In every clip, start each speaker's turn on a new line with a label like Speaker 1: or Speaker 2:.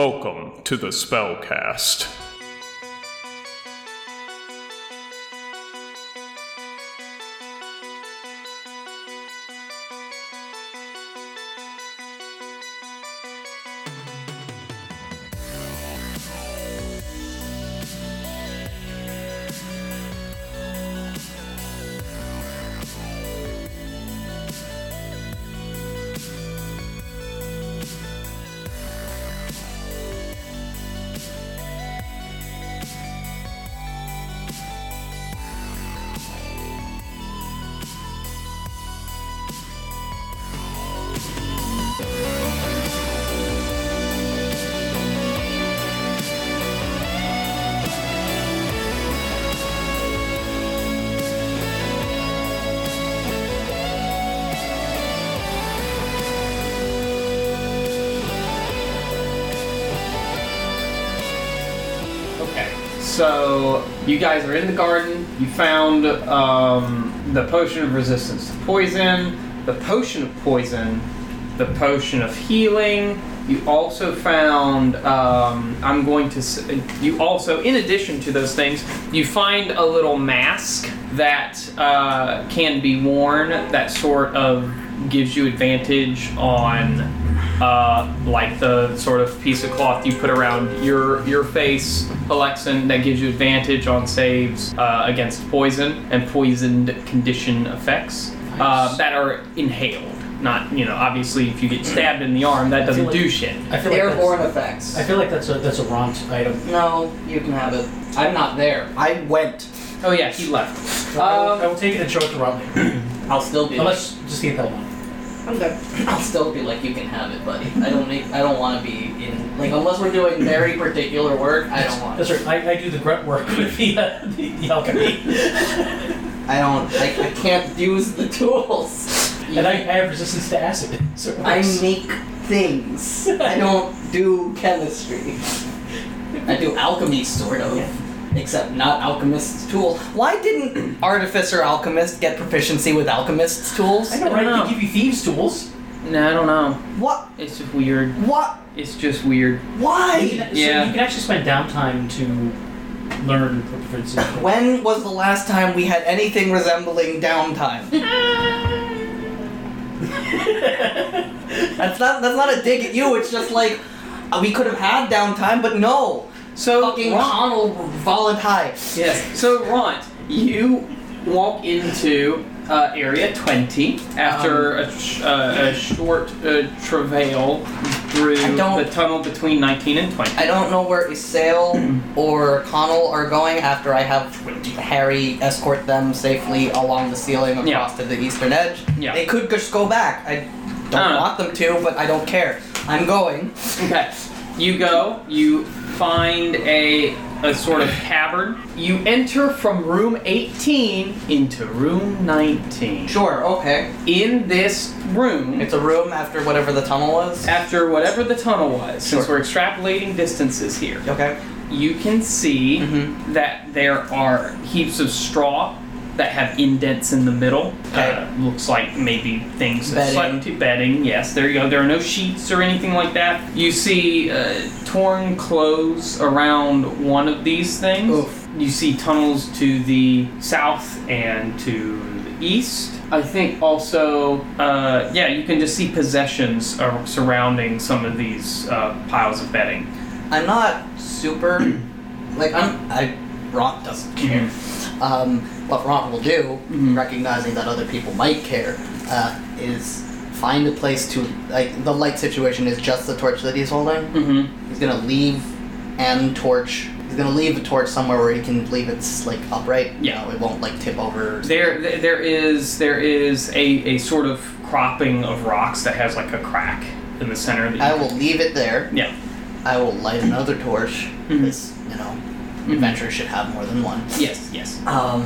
Speaker 1: Welcome to the Spellcast.
Speaker 2: Okay, so you guys are in the garden. You found um, the potion of resistance to poison, the potion of poison, the potion of healing. You also found. Um, I'm going to. s- You also, in addition to those things, you find a little mask that uh, can be worn. That sort of gives you advantage on uh, like the sort of piece of cloth you put around your your face, Alexan, that gives you advantage on saves uh, against poison and poisoned condition effects uh, that are inhaled. Not you know, obviously, if you get stabbed in the arm, that doesn't
Speaker 3: like-
Speaker 2: do shit.
Speaker 3: I feel like
Speaker 4: Airborne
Speaker 3: that's,
Speaker 4: effects.
Speaker 3: I feel like that's a that's a Ront item.
Speaker 4: No, you can have it. I'm not there.
Speaker 5: I went.
Speaker 2: Oh yeah, he left.
Speaker 3: I, will,
Speaker 2: Um,
Speaker 3: I will take it and show it to Ront.
Speaker 4: I'll still be.
Speaker 3: Unless just get that one.
Speaker 4: I'm good. I'll still be like, you can have it, buddy. I don't need. I don't want to be in. Like, unless we're doing very particular work, I don't want.
Speaker 3: That's right. I, I do the grunt work with the uh, the, the alchemy,
Speaker 5: I don't.
Speaker 4: I, I can't use the tools. You-
Speaker 3: and I, I have resistance to acid. So it
Speaker 4: I
Speaker 3: works.
Speaker 4: make things. I don't do chemistry. I do alchemy, sort of. Except not alchemist's tools. Why didn't artificer alchemist get proficiency with alchemist's tools?
Speaker 3: I know,
Speaker 2: I
Speaker 3: right?
Speaker 2: don't know.
Speaker 3: They give you thieves tools.
Speaker 2: No, I don't know.
Speaker 5: What?
Speaker 2: It's just weird.
Speaker 5: What?
Speaker 2: It's just weird.
Speaker 3: You
Speaker 5: Why?
Speaker 3: can,
Speaker 2: Yeah.
Speaker 3: So you can actually spend downtime to learn proficiency.
Speaker 5: When?
Speaker 4: When was the last time we had anything resembling downtime? That's not that's not a dig at you. It's just like uh, we could have had downtime, but no.
Speaker 2: So
Speaker 4: Fucking Ronald Volatile.
Speaker 2: Yes. So, Ron, you walk into uh, Area 20
Speaker 4: Um,
Speaker 2: after a, sh- uh, a short uh, travail through
Speaker 4: I don't-
Speaker 2: the tunnel between 19 and 20.
Speaker 4: I don't know where Isail or Connell are going after I have Harry escort them safely along the ceiling across
Speaker 2: Yeah.
Speaker 4: to the eastern edge.
Speaker 2: Yeah.
Speaker 4: They could just go back. I don't
Speaker 2: Ah.
Speaker 4: want them to, but I don't care. I'm going.
Speaker 2: Okay. You go, you find a, a sort of cavern. You enter from room 18 into room 19.
Speaker 4: Sure, okay.
Speaker 2: In this room,
Speaker 4: It's a room after whatever the tunnel was.
Speaker 2: after whatever the tunnel was, since
Speaker 4: Sure.
Speaker 2: we're extrapolating distances here,
Speaker 4: Okay.
Speaker 2: you can see
Speaker 4: Mhm.
Speaker 2: that there are heaps of straw that have indents in the middle.
Speaker 4: Okay.
Speaker 2: Uh, looks like maybe things that
Speaker 4: Bedding.
Speaker 2: slept to bedding. Yes, there you go. There are no sheets or anything like that. You see uh, torn clothes around one of these things.
Speaker 4: Oof.
Speaker 2: You see tunnels to the south and to the east. I think also, uh, yeah, you can just see possessions uh, surrounding some of these uh, piles of bedding.
Speaker 4: I'm not super like I'm I Ron doesn't care. Um, what Ron will do,
Speaker 2: Mhm.
Speaker 4: recognizing that other people might care, uh, is find a place to like the light situation is just the torch that he's holding.
Speaker 2: Mm-hmm.
Speaker 4: He's gonna leave and torch. He's gonna leave a torch somewhere where he can leave it s- like upright. you
Speaker 2: Yeah.
Speaker 4: know, it won't like tip over.
Speaker 2: There, th- there is there is a, a sort of cropping of rocks that has like a crack in the center. That you
Speaker 4: I
Speaker 2: can-
Speaker 4: will leave it there.
Speaker 2: Yeah.
Speaker 4: I will light another torch.
Speaker 2: Mhm.
Speaker 4: This you know, adventure should have more than one.
Speaker 2: Yes, yes.
Speaker 4: Um,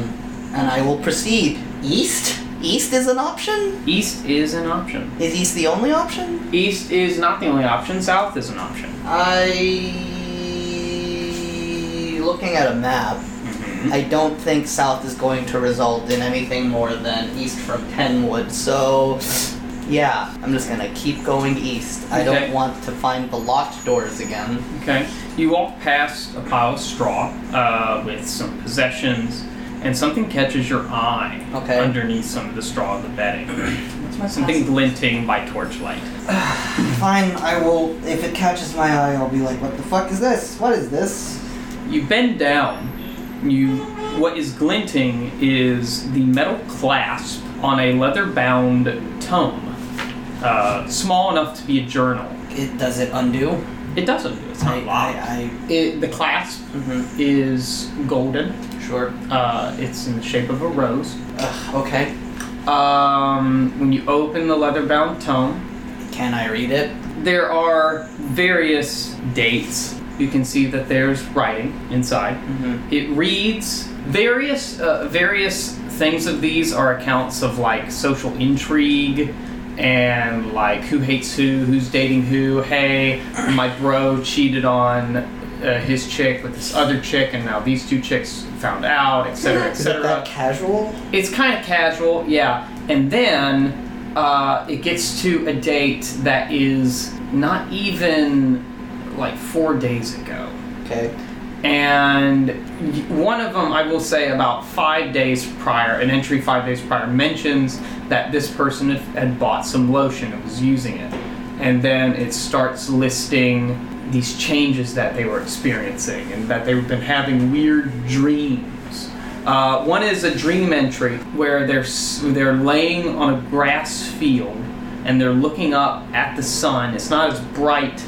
Speaker 4: and I will proceed. East? East is an option?
Speaker 2: East is an option.
Speaker 4: Is east the only option?
Speaker 2: East is not the only option. South is an option.
Speaker 4: I. Looking at a map, I don't think south is going to result in anything more than east from Kenwood, so Yeah, I'm just gonna keep going east. I
Speaker 2: Okay.
Speaker 4: don't want to find the locked doors again.
Speaker 2: Okay. You walk past a pile of straw uh, with some possessions, and something catches your eye
Speaker 4: Okay.
Speaker 2: underneath some of the straw of the bedding.
Speaker 4: What's my
Speaker 2: Something glinting by torchlight.
Speaker 6: Fine, I will. If it catches my eye, I'll be like, what the fuck is this? What is this?
Speaker 2: You bend down. You what is glinting is the metal clasp on a leather-bound tome, uh, small enough to be a journal.
Speaker 4: It does it undo?
Speaker 2: It doesn't. It's
Speaker 4: I,
Speaker 2: not locked.
Speaker 4: I,
Speaker 2: It, the clasp
Speaker 4: I
Speaker 6: mm-hmm.
Speaker 4: mhm,
Speaker 2: is golden.
Speaker 4: sure.
Speaker 2: Uh, it's in the shape of a rose.
Speaker 4: Ugh, okay.
Speaker 2: Um, when you open the leather-bound tome,
Speaker 4: Can I read it?
Speaker 2: there are various dates. You can see that there's writing inside.
Speaker 4: Mm-hmm.
Speaker 2: It reads various uh, various things of these are accounts of like social intrigue and like who hates who, who's dating who. Hey, my bro cheated on uh, his chick with this other chick, and now these two chicks found out, etc.,
Speaker 6: Is it
Speaker 2: etc.
Speaker 6: that casual?
Speaker 2: It's kind of casual, yeah. And then uh, it gets to a date that is not even like four days ago.
Speaker 6: Okay.
Speaker 2: And y- one of them, I will say, about five days prior, an entry five days prior, mentions that this person had- had bought some lotion and was using it. And then it starts listing these changes that they were experiencing and that they've been having weird dreams. Uh, one is a dream entry where they're, s- they're laying on a grass field and they're looking up at the sun. It's not as bright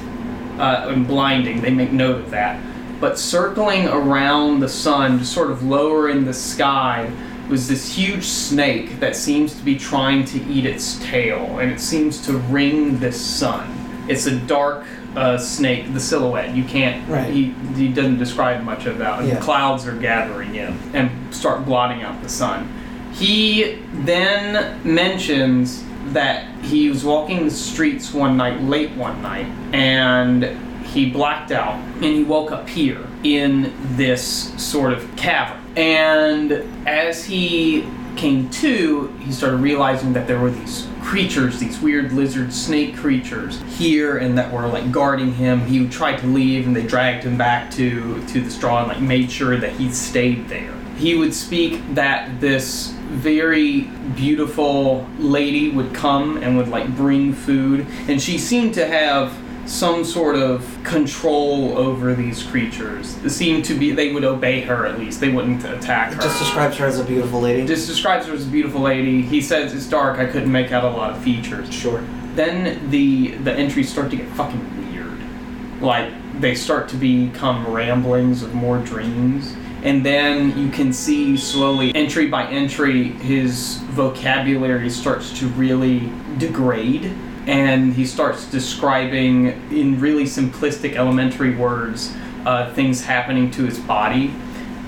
Speaker 2: uh, and blinding. They make note of that. But circling around the sun, just sort of lower in the sky, was this huge snake that seems to be trying to eat its tail, and it seems to ring this sun. It's a dark uh, snake, the silhouette. You can't.
Speaker 6: Right.
Speaker 2: He, he doesn't describe much of that.
Speaker 6: Yeah.
Speaker 2: The clouds are gathering in and start blotting out the sun. He then mentions that he was walking the streets one night, late one night, and he blacked out and he woke up here in this sort of cavern. And as he came to, he started realizing that there were these creatures, these weird lizard snake creatures here and that were like guarding him. He tried to leave and they dragged him back to, to the straw and like made sure that he stayed there. He would speak that this very beautiful lady would come and would like bring food and she seemed to have some sort of control over these creatures. It seemed to be they would obey her at least. They wouldn't attack
Speaker 6: It
Speaker 2: her.
Speaker 6: just describes her as a beautiful lady.
Speaker 2: Just describes her as a beautiful lady. He says it's dark. I couldn't make out a lot of features.
Speaker 6: sure.
Speaker 2: Then the the entries start to get fucking weird. Like they start to become ramblings of more dreams. And then you can see slowly, entry by entry, his vocabulary starts to really degrade. And he starts describing, in really simplistic elementary words, uh, things happening to his body.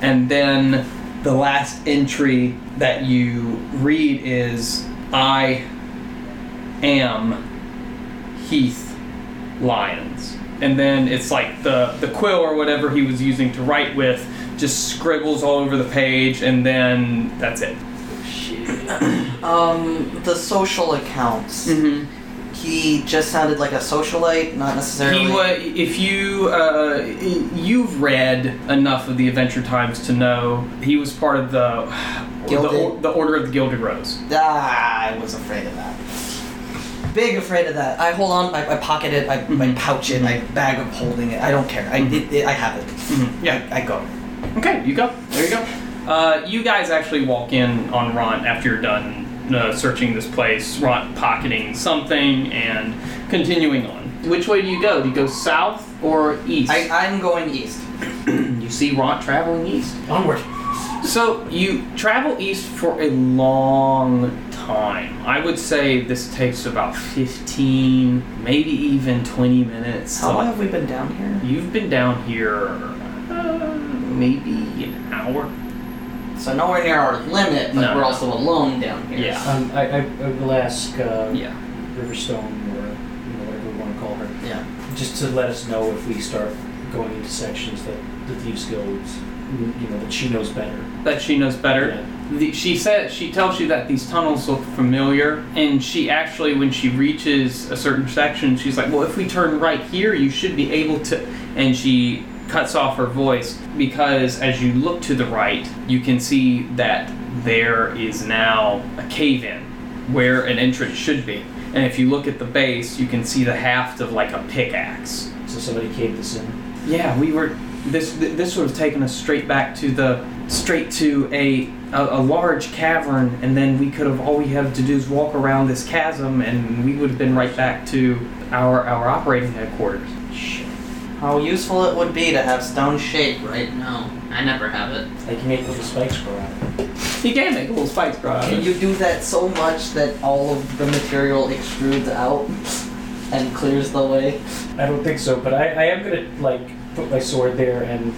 Speaker 2: And then the last entry that you read is I am Heath Lyons. And then it's like the, the quill or whatever he was using to write with just scribbles all over the page, and then that's it.
Speaker 6: Um,
Speaker 4: The social accounts.
Speaker 2: Mm-hmm.
Speaker 4: He just sounded like a socialite, not necessarily.
Speaker 2: He was, if you uh, y- you've read enough of the Adventure Times to know he was part of the
Speaker 6: Gilded?
Speaker 2: the, or- the Order of the Gilded Rose.
Speaker 4: Ah, I was afraid of that. Big afraid of that. I hold on, I, I pocket it, I, I
Speaker 2: Mhm.
Speaker 4: pouch it, I bag of holding it. I don't care. I, it, it, I have it.
Speaker 2: Mhm. Yeah.
Speaker 4: I, I go.
Speaker 2: Okay, you go. There you go. Uh, you guys actually walk in on Ron after you're done uh, searching this place. Ron pocketing something and continuing on. Which way do you go? Do you go south or east?
Speaker 4: I, I'm going east.
Speaker 2: you see Ron traveling east.
Speaker 4: Onward.
Speaker 2: So you travel east for a long time. I would say this takes about 15, maybe even 20 minutes.
Speaker 4: How
Speaker 2: So
Speaker 4: long have we been down here?
Speaker 2: You've been down here uh, maybe an hour.
Speaker 4: So nowhere near our limit, but
Speaker 2: No,
Speaker 4: we're
Speaker 2: no.
Speaker 4: also alone down here.
Speaker 2: Yeah.
Speaker 3: Um, I, I, I will ask uh,
Speaker 2: Yeah.
Speaker 3: Riverstone or you know, whatever we want to call her,
Speaker 4: Yeah.
Speaker 3: just to let us know if we start going into sections that the Thieves Guild's you know, that she knows better.
Speaker 2: that she knows better. The, she said she tells you that these tunnels look familiar, and she actually, when she reaches a certain section, she's like, "Well, if we turn right here, you should be able to." And she cuts off her voice because as you look to the right, you can see that there is now a cave-in where an entrance should be. And if you look at the base, you can see the haft of like a pickaxe.
Speaker 3: So somebody caved this in.
Speaker 2: Yeah, we were. This th- this would have taken us straight back to the straight to a, a a large cavern, and then we could have all we have to do is walk around this chasm, and we would have been right back to our our operating headquarters.
Speaker 4: Shit. How useful it would be to have stone shape right now. I never have it.
Speaker 3: They can make little spikes grow out. of it.
Speaker 2: You can make a little spice grow out of
Speaker 4: Can
Speaker 2: it.
Speaker 4: you do that so much that all of the material extrudes out and clears the way?
Speaker 3: I don't think so, but I, I am gonna like put my sword there and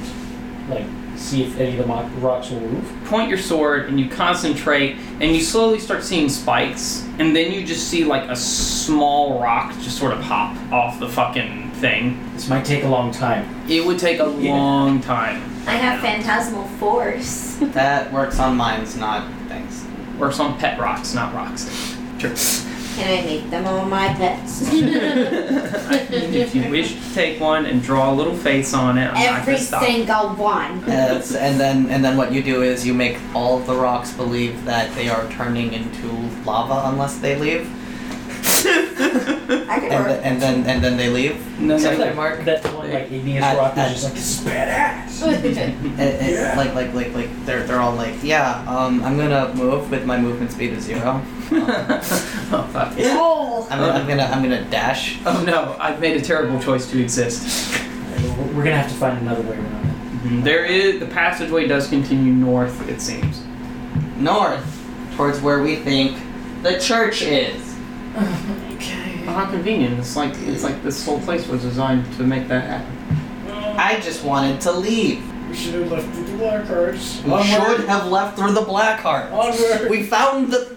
Speaker 3: like see if any of the mo- rocks will move.
Speaker 2: Point your sword, and you concentrate, and you slowly start seeing spikes, and then you just see like a small rock just sort of hop off the fucking thing.
Speaker 3: This might take a long time.
Speaker 2: It would take a
Speaker 3: Yeah.
Speaker 2: long time.
Speaker 7: I have phantasmal force.
Speaker 4: That works on mines, not things.
Speaker 2: Or some pet rocks, not rocks. Sure.
Speaker 7: Can I make them all my pets?
Speaker 2: if you wish to take one and draw a little face on it, I'm not
Speaker 7: Every
Speaker 2: gonna stop.
Speaker 7: single one.
Speaker 4: Yes, and then and then what you do is you make all of the rocks believe that they are turning into lava unless they leave,
Speaker 7: I could
Speaker 4: and,
Speaker 7: work.
Speaker 4: th- and then and then they leave.
Speaker 2: No,
Speaker 4: Except
Speaker 2: no,
Speaker 4: that mark.
Speaker 3: That one like igneous
Speaker 4: I-
Speaker 3: rock
Speaker 4: I-
Speaker 3: is just like this is badass.
Speaker 8: Mm-hmm.
Speaker 4: It, it, Like like like like they're they're all like yeah um I'm gonna move with my movement speed of zero. Um,
Speaker 2: oh, fuck.
Speaker 7: oh,
Speaker 4: I'm, I'm gonna I'm gonna dash.
Speaker 2: Oh no, I've made a terrible choice to exist. Mm-hmm.
Speaker 3: We're we're gonna have to find another way around.
Speaker 2: There is the passageway does continue north, it seems.
Speaker 4: north towards where we think the church is.
Speaker 2: Well, how convenient! It's like it's like this whole place was designed to make that happen.
Speaker 4: I just wanted to leave.
Speaker 3: We should have left with the black cards.
Speaker 4: We should have left through the black heart.
Speaker 3: Onward.
Speaker 4: We found the.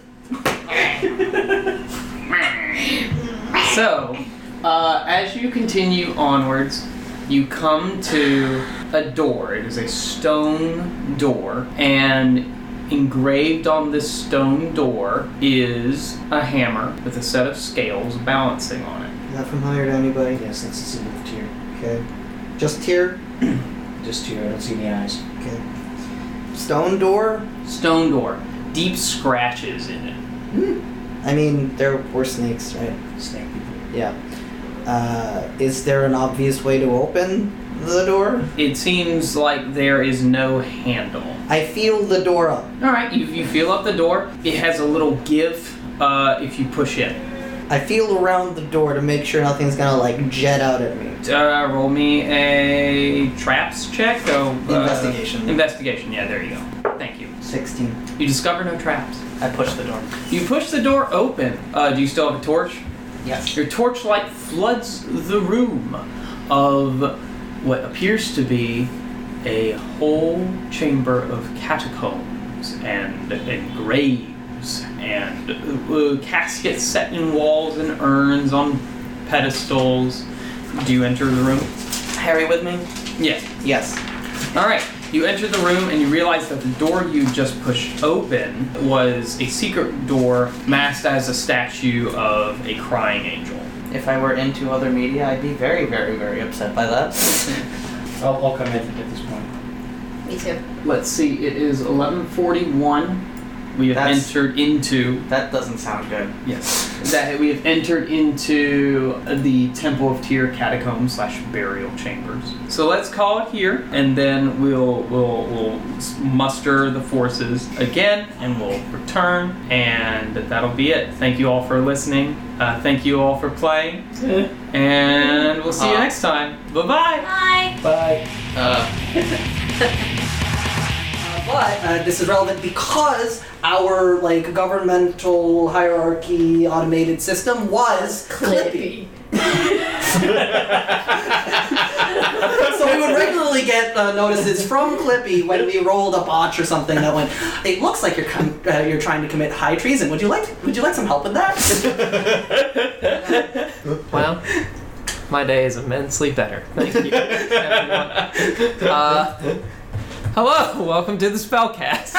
Speaker 2: So, uh, as you continue onwards, you come to a door. It is a stone door, and engraved on this stone door is a hammer with a set of scales balancing on it.
Speaker 8: Not familiar to anybody.
Speaker 3: Yes, that's a single tier.
Speaker 8: Okay. Just here.
Speaker 3: Just tier. I don't see any eyes.
Speaker 8: Okay. Stone door.
Speaker 2: Stone door, deep scratches in it.
Speaker 8: I mean, there were snakes, right?
Speaker 3: Snake people.
Speaker 8: Yeah. Uh, is there an obvious way to open the door?
Speaker 2: It seems like there is no handle.
Speaker 8: I feel the door up.
Speaker 2: All right, you, you feel up the door. It has a little give uh, if you push in.
Speaker 8: I feel around the door to make sure nothing's gonna like jet out at me.
Speaker 2: Uh, roll me a traps check. Oh, uh,
Speaker 8: Investigation.
Speaker 2: Investigation. Yeah, there you go. Thank you.
Speaker 8: Sixteen.
Speaker 2: You discover no traps.
Speaker 4: I pushed the door.
Speaker 2: You push the door open. Uh, do you still have a torch?
Speaker 4: Yes.
Speaker 2: Your torchlight floods the room of what appears to be a whole chamber of catacombs and, and graves and uh, caskets set in walls and urns on pedestals. Do you enter the room?
Speaker 4: Harry with me?
Speaker 2: Yes.
Speaker 4: Yes.
Speaker 2: All right. You enter the room and you realize that the door you just pushed open was a secret door masked as a statue of a crying angel.
Speaker 4: If I were into other media, I'd be very, very, very upset by that.
Speaker 3: I'll, I'll come in at this point.
Speaker 7: me too.
Speaker 2: Let's see, it is 11:41. We have
Speaker 4: That's-
Speaker 2: entered into
Speaker 4: that doesn't sound good.
Speaker 2: yes that we have entered into the Temple of Tyr catacombs slash burial chambers. So let's call it here, and then we'll we'll we'll muster the forces again, and we'll return, and that'll be it. Thank you all for listening. Uh, thank you all for playing, and we'll see you
Speaker 4: Uh-huh.
Speaker 2: next time. Bye bye.
Speaker 7: Bye.
Speaker 3: Bye.
Speaker 4: Uh,
Speaker 8: But uh, this is relevant because our like governmental hierarchy automated system was Clippy. so we would regularly get uh, notices from Clippy when we rolled a botch or something that went, "It looks like you're com- uh, you're trying to commit high treason. Would you like Would you like some help with that?"
Speaker 9: Well, my day is immensely better. Thank you. everyone. uh,
Speaker 2: Hello, welcome to the Spellcast.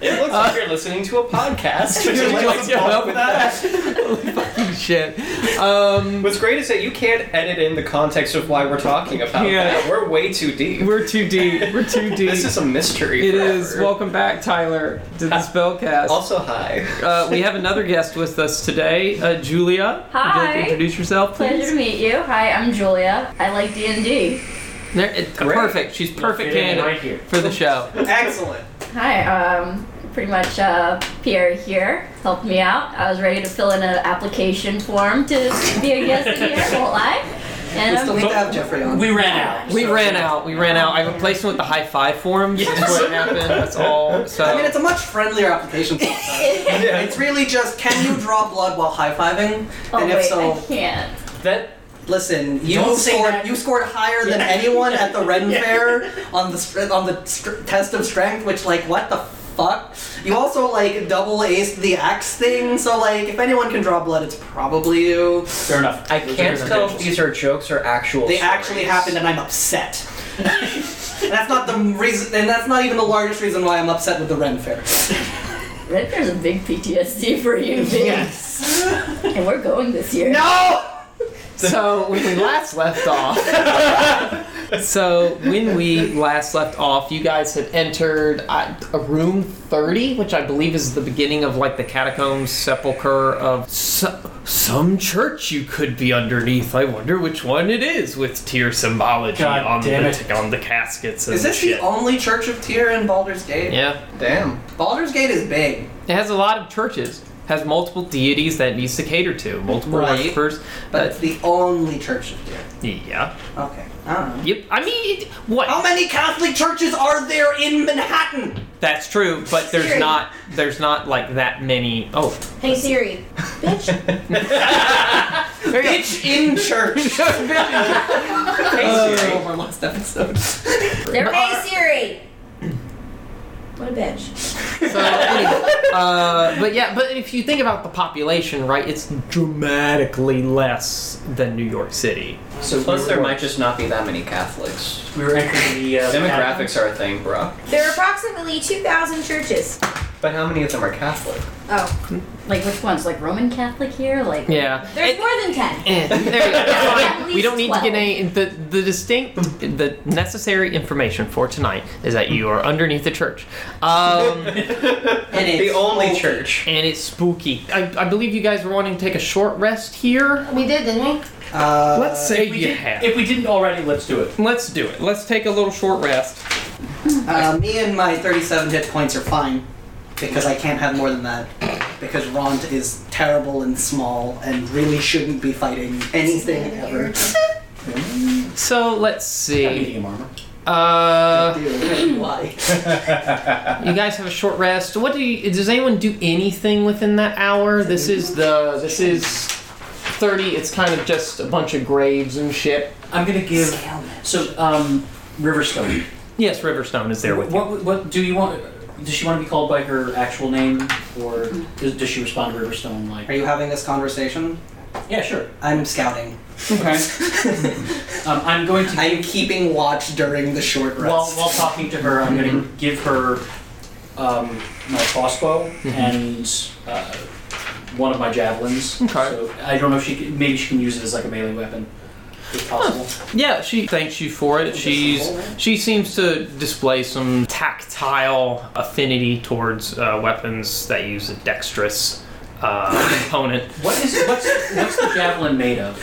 Speaker 8: It looks
Speaker 2: like
Speaker 8: you're listening to a podcast.
Speaker 2: Would you like to help with Fucking Shit. Um,
Speaker 8: What's great is that you can't edit in the context of why we're talking about
Speaker 2: Yeah.
Speaker 8: that. We're way too deep.
Speaker 2: we're too deep. We're too deep.
Speaker 8: this is a mystery.
Speaker 2: it is.
Speaker 8: forever.
Speaker 2: Welcome back, Tyler, to the Spellcast.
Speaker 8: also hi.
Speaker 2: Uh, we have another guest with us today, uh, Julia. Would you like
Speaker 10: Hi.
Speaker 2: to introduce yourself,
Speaker 10: Pleasure
Speaker 2: please?
Speaker 10: to meet you. Hi, I'm Julia. I like D and D.
Speaker 2: There, it,
Speaker 8: Great.
Speaker 2: perfect. She's perfect
Speaker 3: Fit in
Speaker 2: candidate
Speaker 3: right here.
Speaker 2: for the show.
Speaker 8: Excellent.
Speaker 10: Hi, um, pretty much uh, Pierre here helped me out. I was ready to fill in an application form to be a guest in here. Won't lie. And
Speaker 8: still
Speaker 10: I'm
Speaker 8: need to have Jeffrey on.
Speaker 3: We ran out.
Speaker 2: We
Speaker 3: so-
Speaker 2: ran out. We ran out. I replaced him with the high five form. That's what happened. That's all. So
Speaker 8: I mean, It's a much friendlier application. sometimes.
Speaker 4: Yeah.
Speaker 8: it's really just can you draw blood while high fiving?
Speaker 10: oh
Speaker 8: and if
Speaker 10: wait,
Speaker 8: so,
Speaker 10: I can't.
Speaker 8: That listen, you
Speaker 4: Don't say
Speaker 8: scored
Speaker 4: that.
Speaker 8: you scored higher than anyone at the Ren Fair on the str- on the str- test of strength, which like what the fuck? You also like double aced the axe thing, so like if anyone can draw blood, it's probably you.
Speaker 3: Fair enough.
Speaker 11: I
Speaker 3: Those are
Speaker 11: can't
Speaker 3: good
Speaker 11: tell if
Speaker 3: credentials.
Speaker 11: these are jokes or actual.
Speaker 8: They actually
Speaker 11: stories.
Speaker 8: happened, and I'm upset. and that's not the reason, and that's not even the largest reason why I'm upset with the Ren Fair.
Speaker 10: Red Bear's a big PTSD for you, Vince. and we're going this year.
Speaker 8: No.
Speaker 2: So when we last left off, so when we last left off, you guys had entered uh, a room thirty, which I believe is the beginning of like the catacombs sepulcher of so- some church you could be underneath. I wonder which one it is with tier symbology
Speaker 3: God
Speaker 2: on
Speaker 3: damn
Speaker 2: the
Speaker 3: it.
Speaker 2: on the caskets and
Speaker 8: Is this
Speaker 2: shit.
Speaker 8: the only Church of Tyr in Baldur's Gate?
Speaker 2: yeah,
Speaker 8: Damn. Baldur's Gate is big.
Speaker 2: it has a lot of churches. Has multiple deities that it needs to cater to, multiple
Speaker 8: Right.
Speaker 2: worshippers.
Speaker 8: But
Speaker 2: Uh,
Speaker 8: it's the only church of here.
Speaker 2: yeah.
Speaker 8: Okay. I don't know.
Speaker 2: Yep. I mean, it- what?
Speaker 8: How many Catholic churches are there in Manhattan?
Speaker 2: That's true, but there's
Speaker 7: Siri.
Speaker 2: not there's not like that many. Oh,
Speaker 7: Hey Siri, bitch.
Speaker 2: there you
Speaker 8: Bitch in church. Uh,
Speaker 2: go.
Speaker 8: over last episode.
Speaker 10: There
Speaker 7: Hey
Speaker 10: are.
Speaker 7: Siri. What a bitch.
Speaker 2: so, anyway, uh, but yeah, but if you think about the population, right, it's dramatically less than New York City.
Speaker 3: So
Speaker 11: Plus,
Speaker 3: we
Speaker 11: there
Speaker 3: were,
Speaker 11: might just not be that many Catholics.
Speaker 3: We were entering the uh,
Speaker 11: Demographics are a thing, bro.
Speaker 7: There are approximately 2,000 churches.
Speaker 11: But how many of them are Catholic?
Speaker 7: Oh,
Speaker 10: Like which ones? Like Roman Catholic here? Like
Speaker 2: Yeah.
Speaker 7: there's more than 10.
Speaker 2: Eh, there you go. It's fine.
Speaker 10: At
Speaker 2: We don't need
Speaker 10: least
Speaker 2: to get any. The, the distinct, the necessary information for tonight is that you are underneath the church. Um,
Speaker 8: And it's
Speaker 11: the only
Speaker 8: spooky.
Speaker 11: church.
Speaker 2: and it's spooky. I, I believe you guys were wanting to take a short rest here.
Speaker 7: We did, didn't we?
Speaker 8: Uh,
Speaker 2: Let's say
Speaker 3: If we,
Speaker 2: you
Speaker 3: did,
Speaker 2: have.
Speaker 3: if we didn't already, let's do it.
Speaker 2: Let's do it. Let's take a little short rest.
Speaker 8: Uh, me and my 37 hit points are fine because I can't have more than that. Because Rond is terrible and small and really shouldn't be fighting anything ever.
Speaker 2: So let's
Speaker 3: I'm
Speaker 2: see.
Speaker 3: medium armor.
Speaker 2: Uh,
Speaker 8: Dude, why?
Speaker 2: you guys have a short rest. What do you? Does anyone do anything within that hour? This is the. This is thirty. It's kind of just a bunch of graves and shit.
Speaker 3: I'm gonna give. So, um, Riverstone.
Speaker 2: Yes, Riverstone is there with you.
Speaker 3: What, what do you want? Does she want to be called by her actual name, or does, does she respond to Riverstone
Speaker 8: Are
Speaker 3: like?
Speaker 8: you having this conversation?
Speaker 3: Yeah, sure.
Speaker 8: I'm scouting.
Speaker 3: Okay. um, I'm going to
Speaker 8: I'm keeping watch during the short rest.
Speaker 3: while while talking to her, I'm going
Speaker 2: Mm-hmm.
Speaker 3: to give her um, my crossbow
Speaker 2: Mm-hmm.
Speaker 3: and uh, one of my javelins.
Speaker 2: Okay.
Speaker 3: So I don't know if she can, maybe she can use it as like a melee weapon, if possible.
Speaker 2: Yeah, she thanks you for it. She's she seems to display some tactile affinity towards uh, weapons that use a dexterous uh, component.
Speaker 3: What is what's what's the javelin made of?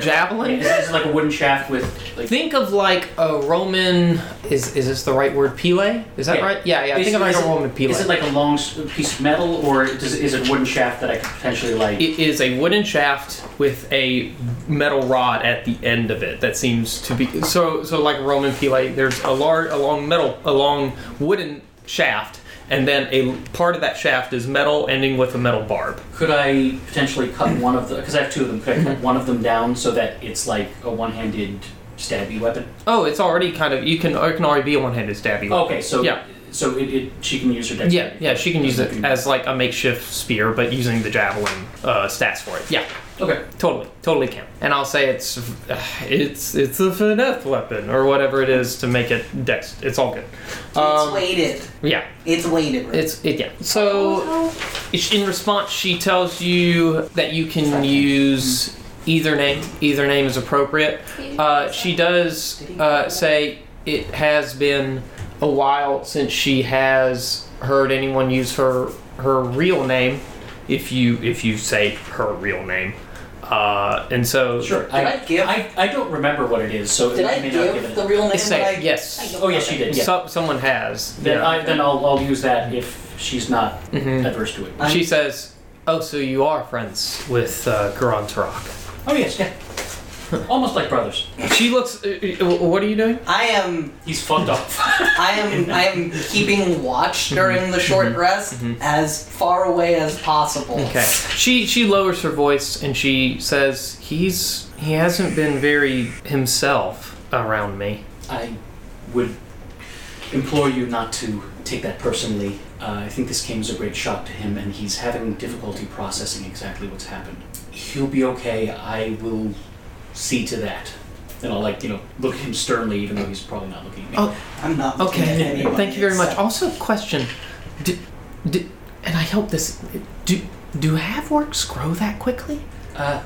Speaker 2: Javelin.
Speaker 3: Is it like a wooden shaft with like?
Speaker 2: Think of like a Roman. Is is this the right word? Pile? Is that
Speaker 3: Yeah.
Speaker 2: right? Yeah, yeah. Think of like
Speaker 3: Is
Speaker 2: a
Speaker 3: it-
Speaker 2: Roman pile.
Speaker 3: Is it like a long s- piece of metal, or does, is it a wooden shaft that I could potentially like?
Speaker 2: it is a wooden shaft with a metal rod at the end of it. That seems to be so. So like a Roman pile, there's a large, a long metal, a long wooden shaft, and then a part of that shaft is metal, ending with a metal barb.
Speaker 3: Could I potentially cut one of the? Because I have two of them. Could I cut
Speaker 2: Mm-hmm.
Speaker 3: one of them down so that it's like a one-handed stabby weapon?
Speaker 2: Oh, it's already kind of you can it can already be a one-handed stabby.
Speaker 3: Okay, so
Speaker 2: Yeah.
Speaker 3: so it, it she can use her dexterity.
Speaker 2: Yeah, yeah, she can use it as like a makeshift spear, but using the javelin uh, stats for it. Yeah. Okay, totally, totally can. And I'll say it's it's it's a finesse weapon or whatever it is to make it dex. It's all good.
Speaker 4: it's
Speaker 2: Um,
Speaker 4: weighted.
Speaker 2: yeah,
Speaker 4: It's weighted. Right?
Speaker 2: it's it yeah.
Speaker 7: Oh.
Speaker 2: So it's- in response, she tells you that you can use either name. Either name is appropriate. Uh, she does uh, say it has been a while since she has heard anyone use her her real name. If you if you say her real name, uh, and so
Speaker 3: Sure.
Speaker 4: I give-
Speaker 3: I, I don't remember what it is, so
Speaker 4: Did
Speaker 3: I
Speaker 4: I
Speaker 3: may not give
Speaker 4: give
Speaker 3: it.
Speaker 4: the real name?
Speaker 2: It's
Speaker 4: that
Speaker 2: say
Speaker 4: I-
Speaker 2: yes.
Speaker 3: oh, yes, you did. Yeah.
Speaker 2: So, someone has.
Speaker 3: then
Speaker 2: yeah.
Speaker 3: I, then I'll, I'll use that if she's not
Speaker 2: Mhm.
Speaker 3: adverse to it.
Speaker 2: She says, "Oh, so you are friends with uh, Garon Tarok."
Speaker 3: Oh yes, yeah. Almost like brothers.
Speaker 2: She looks. uh, uh, what are you doing?
Speaker 4: I am,
Speaker 3: He's fucked up.
Speaker 4: I am, I am keeping watch
Speaker 2: Mm-hmm.
Speaker 4: during the short rest as far away as possible.
Speaker 2: Okay. She she lowers her voice and she says, "He's he hasn't been very himself around me."
Speaker 3: I would implore you not to take that personally. Uh, I think this came as a great shock to him, and he's having difficulty processing exactly what's happened. He'll be okay. I will see to that. And I'll like you know look at him sternly, even though he's probably not looking at me.
Speaker 2: Oh,
Speaker 4: I'm not. looking at
Speaker 2: Okay.
Speaker 4: anyone
Speaker 2: Thank you very much.
Speaker 4: except-
Speaker 2: Also, question. Do, do, and I hope this. Do do half-orcs grow that quickly?
Speaker 3: Uh,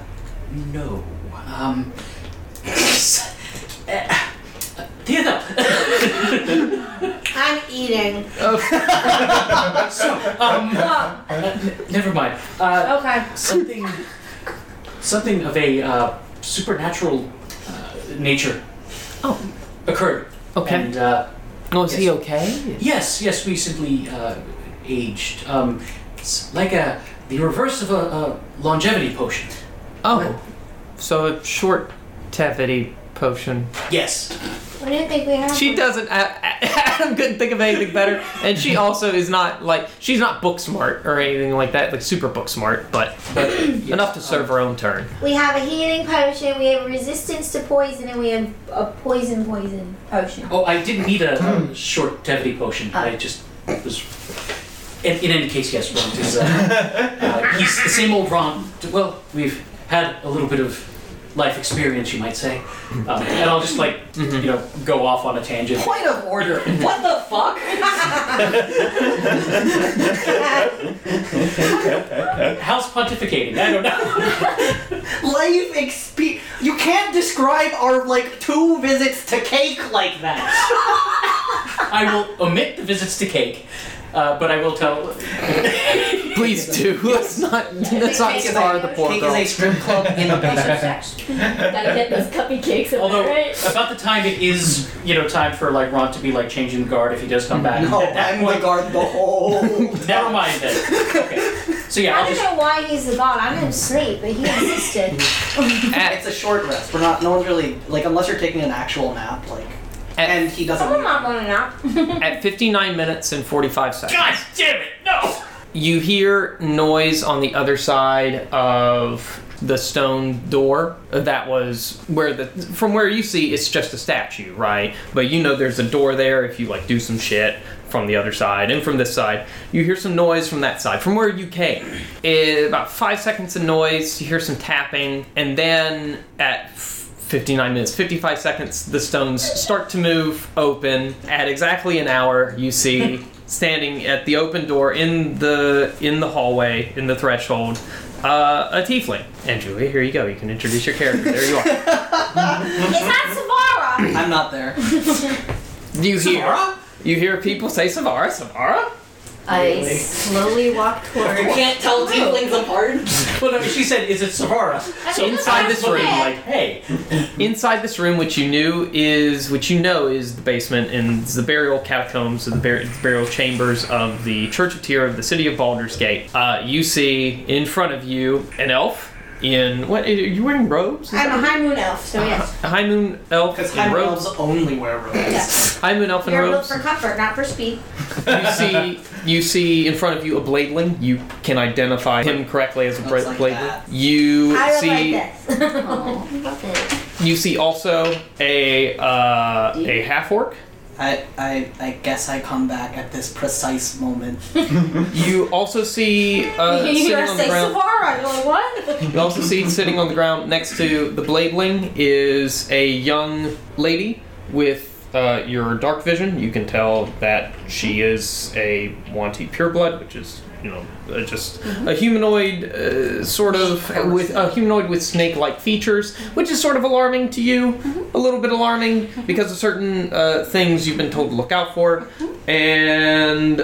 Speaker 3: no. Um. uh, Theodore.
Speaker 7: I'm eating.
Speaker 3: so, um,
Speaker 7: Whoa.
Speaker 3: n- never mind. Uh,
Speaker 7: Okay.
Speaker 3: something, something of a uh, supernatural uh, nature.
Speaker 2: Oh.
Speaker 3: occurred.
Speaker 2: Okay.
Speaker 3: And uh,
Speaker 2: oh, is he
Speaker 3: yes.
Speaker 2: okay?
Speaker 3: yes, yes, we simply uh, aged. Um, it's like a the reverse of a, a longevity potion.
Speaker 2: Oh, so a short tevity potion.
Speaker 3: Yes.
Speaker 7: I didn't think we had.
Speaker 2: She
Speaker 7: one.
Speaker 2: doesn't. A- A- Adam couldn't think of anything better, and she also is not like she's not book smart or anything like that, like super book smart, but
Speaker 3: But yes,
Speaker 2: enough to
Speaker 3: um,
Speaker 2: serve her own turn.
Speaker 7: We have a healing potion. We have resistance to poison, and we have a poison poison potion.
Speaker 3: Oh, I didn't need a, a short tevity potion. I just was. In, in any case, yes, Ron is. Uh, uh, he's the same old Ron. Well, we've had a little bit of life experience, you might say. Um, and I'll just like you know go off on a tangent.
Speaker 4: Point of order.
Speaker 2: Mm-hmm.
Speaker 4: what the fuck?
Speaker 3: How's pontificating? I don't know.
Speaker 4: Life exp. You can't describe our like two visits to cake like that.
Speaker 3: I will omit the visits to cake, uh, but I will tell.
Speaker 2: Please do. Let's not. Let's not
Speaker 4: Cake is
Speaker 2: star
Speaker 4: a-
Speaker 2: the poor
Speaker 4: cake
Speaker 2: girl.
Speaker 4: is a strip club in a basement.
Speaker 10: Gotta get those cuppy cakes in
Speaker 3: Although
Speaker 10: there, right?
Speaker 3: about the time it is, you know, time for like Ron to be like changing the guard if he does come back.
Speaker 4: No,
Speaker 3: At that
Speaker 4: I'm the
Speaker 3: point-
Speaker 4: guard the whole.
Speaker 3: Never mind then. Okay. So yeah,
Speaker 7: I
Speaker 3: I'll
Speaker 7: don't
Speaker 3: just
Speaker 7: know why he's the god. I'm in sleep, but he insisted.
Speaker 2: At,
Speaker 8: It's a short rest. We're not. No one's really like unless you're taking an actual nap. Like,
Speaker 2: At-
Speaker 8: and he doesn't.
Speaker 7: Someone not going out.
Speaker 2: at 59 minutes and 45 seconds,
Speaker 3: God damn it! No.
Speaker 2: you hear noise on the other side of the stone door. That was where the from where you see it's just a statue, right? But you know there's a door there if you like do some shit from the other side and from this side. You hear some noise from that side, from where you came. Eh, about five seconds of noise, you hear some tapping, and then at 59 minutes, 55 seconds, the stones start to move open. At exactly an hour, you see standing at the open door in the in the hallway in the threshold uh, a tiefling. And Julia, here you go. You can introduce your character. There you are.
Speaker 7: It's not Savara.
Speaker 8: I'm not there.
Speaker 2: You hear you hear people say Savara, Savara.
Speaker 10: I slowly walk towards.
Speaker 4: You can't tell tieflings apart.
Speaker 3: Well, no, she said, "Is it Savara?" So
Speaker 2: Inside this room,
Speaker 3: like, hey,
Speaker 2: Inside this room, which you knew is which you know is the basement and it's the burial catacombs, the bur- burial chambers of the Church of Tyr of the city of Baldur's Gate. Uh, you see in front of you an elf in what? Are you wearing robes?
Speaker 7: I'm a high moon elf, so yes.
Speaker 2: A high moon elf
Speaker 8: Because
Speaker 2: in
Speaker 8: high
Speaker 2: robes.
Speaker 8: elves only wear robes.
Speaker 7: yes.
Speaker 2: High moon elf in
Speaker 7: You're built
Speaker 2: robes.
Speaker 7: for comfort, not for speed.
Speaker 2: you see you see in front of you a bladeling you can identify him correctly as a bra-
Speaker 8: Looks like
Speaker 2: bladeling
Speaker 8: that.
Speaker 2: you
Speaker 7: I would
Speaker 2: see
Speaker 7: like this.
Speaker 10: Oh, love it.
Speaker 2: you see also a uh, a half orc
Speaker 4: I, I, I guess I come back at this precise moment.
Speaker 2: You also see uh, sitting
Speaker 10: You're
Speaker 2: on the
Speaker 10: saying
Speaker 2: ground.
Speaker 10: Savara. You're like, what?
Speaker 2: You also see sitting on the ground next to the bladeling is a young lady with uh, your dark vision. You can tell that she is a Wanti pureblood, which is you know uh, just
Speaker 11: Mm-hmm.
Speaker 2: a humanoid uh, sort of with a humanoid with snake-like features, which is sort of alarming to you,
Speaker 3: Mm-hmm.
Speaker 2: a little bit alarming because of certain uh, things you've been told to look out for,
Speaker 3: Mm-hmm.
Speaker 2: and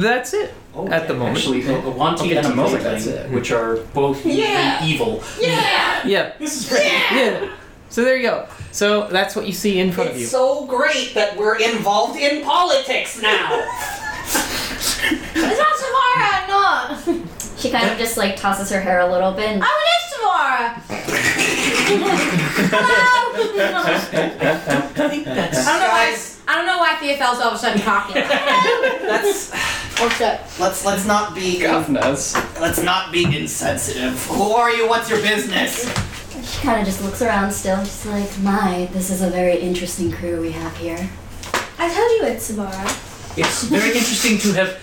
Speaker 2: that's it
Speaker 3: Oh,
Speaker 2: at the
Speaker 3: yeah,
Speaker 2: moment.
Speaker 3: Actually, the Wanti
Speaker 11: Okay, at
Speaker 3: and
Speaker 11: the
Speaker 3: the
Speaker 11: moment,
Speaker 3: Blade
Speaker 11: that's
Speaker 3: Wing,
Speaker 11: it.
Speaker 3: which are both usually
Speaker 10: Yeah.
Speaker 3: evil.
Speaker 10: yeah.
Speaker 2: Yeah.
Speaker 3: This is great.
Speaker 2: Yeah. So there you go. So that's what you see in front of you.
Speaker 4: It's so great that we're involved in politics now.
Speaker 10: It's not Savara.
Speaker 7: No,
Speaker 10: She kind of just like tosses her hair a little bit. And,
Speaker 7: oh, it is tomorrow.
Speaker 10: Hello.
Speaker 4: I think that's
Speaker 12: I don't know why.
Speaker 4: guys,
Speaker 12: I don't know why TFL's all of a sudden popular.
Speaker 4: that's
Speaker 7: What's up?
Speaker 4: let's let's not be
Speaker 11: Governors.
Speaker 4: let's not be insensitive. Who are you? What's your business?
Speaker 10: she kind of just looks around still. She's like, my, this is a very interesting crew we have here.
Speaker 7: I told you it's tomorrow.
Speaker 3: It's very interesting to have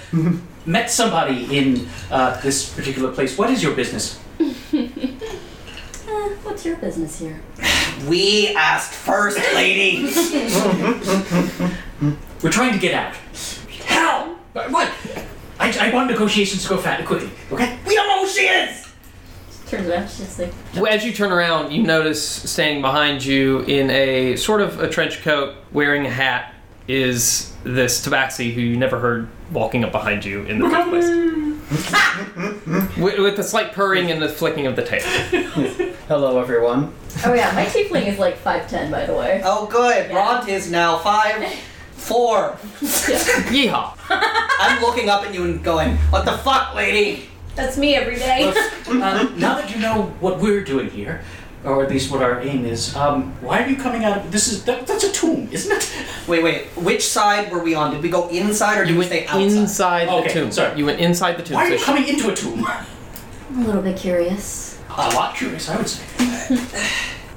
Speaker 3: met somebody in uh, this particular place. What is your business?
Speaker 10: Eh, what's your business here?
Speaker 4: We asked first, lady.
Speaker 3: We're trying to get out. How? What? I, I want negotiations to go fat quickly. Okay.
Speaker 4: we don't know who she is.
Speaker 10: Turns around. She's just like,
Speaker 2: Well, As you turn around, you notice standing behind you in a sort of a trench coat, wearing a hat, is this Tabaxi who you never heard walking up behind you in the first place. with, with the slight purring and the flicking of the tail.
Speaker 11: Hello, everyone.
Speaker 10: oh yeah, my tiefling is like five ten, by the way.
Speaker 8: Oh, good. Rod is now five, four.
Speaker 2: Yeehaw!
Speaker 8: I'm looking up at you and going, "What the fuck, lady?"
Speaker 12: That's me every day.
Speaker 3: Uh, now that you know what we're doing here, or at least what our aim is, um, why are you coming out of this? Is that, that's a tomb, isn't it?
Speaker 8: Wait, wait. Which side were we on? Did we go inside or did
Speaker 2: You
Speaker 8: we
Speaker 2: went
Speaker 8: stay outside?
Speaker 2: inside the
Speaker 3: Okay,
Speaker 2: tomb.
Speaker 3: sorry.
Speaker 2: You went inside the tomb.
Speaker 3: Why are you
Speaker 2: So
Speaker 3: coming into a tomb?
Speaker 10: I'm a little bit curious.
Speaker 3: A lot curious, I would say.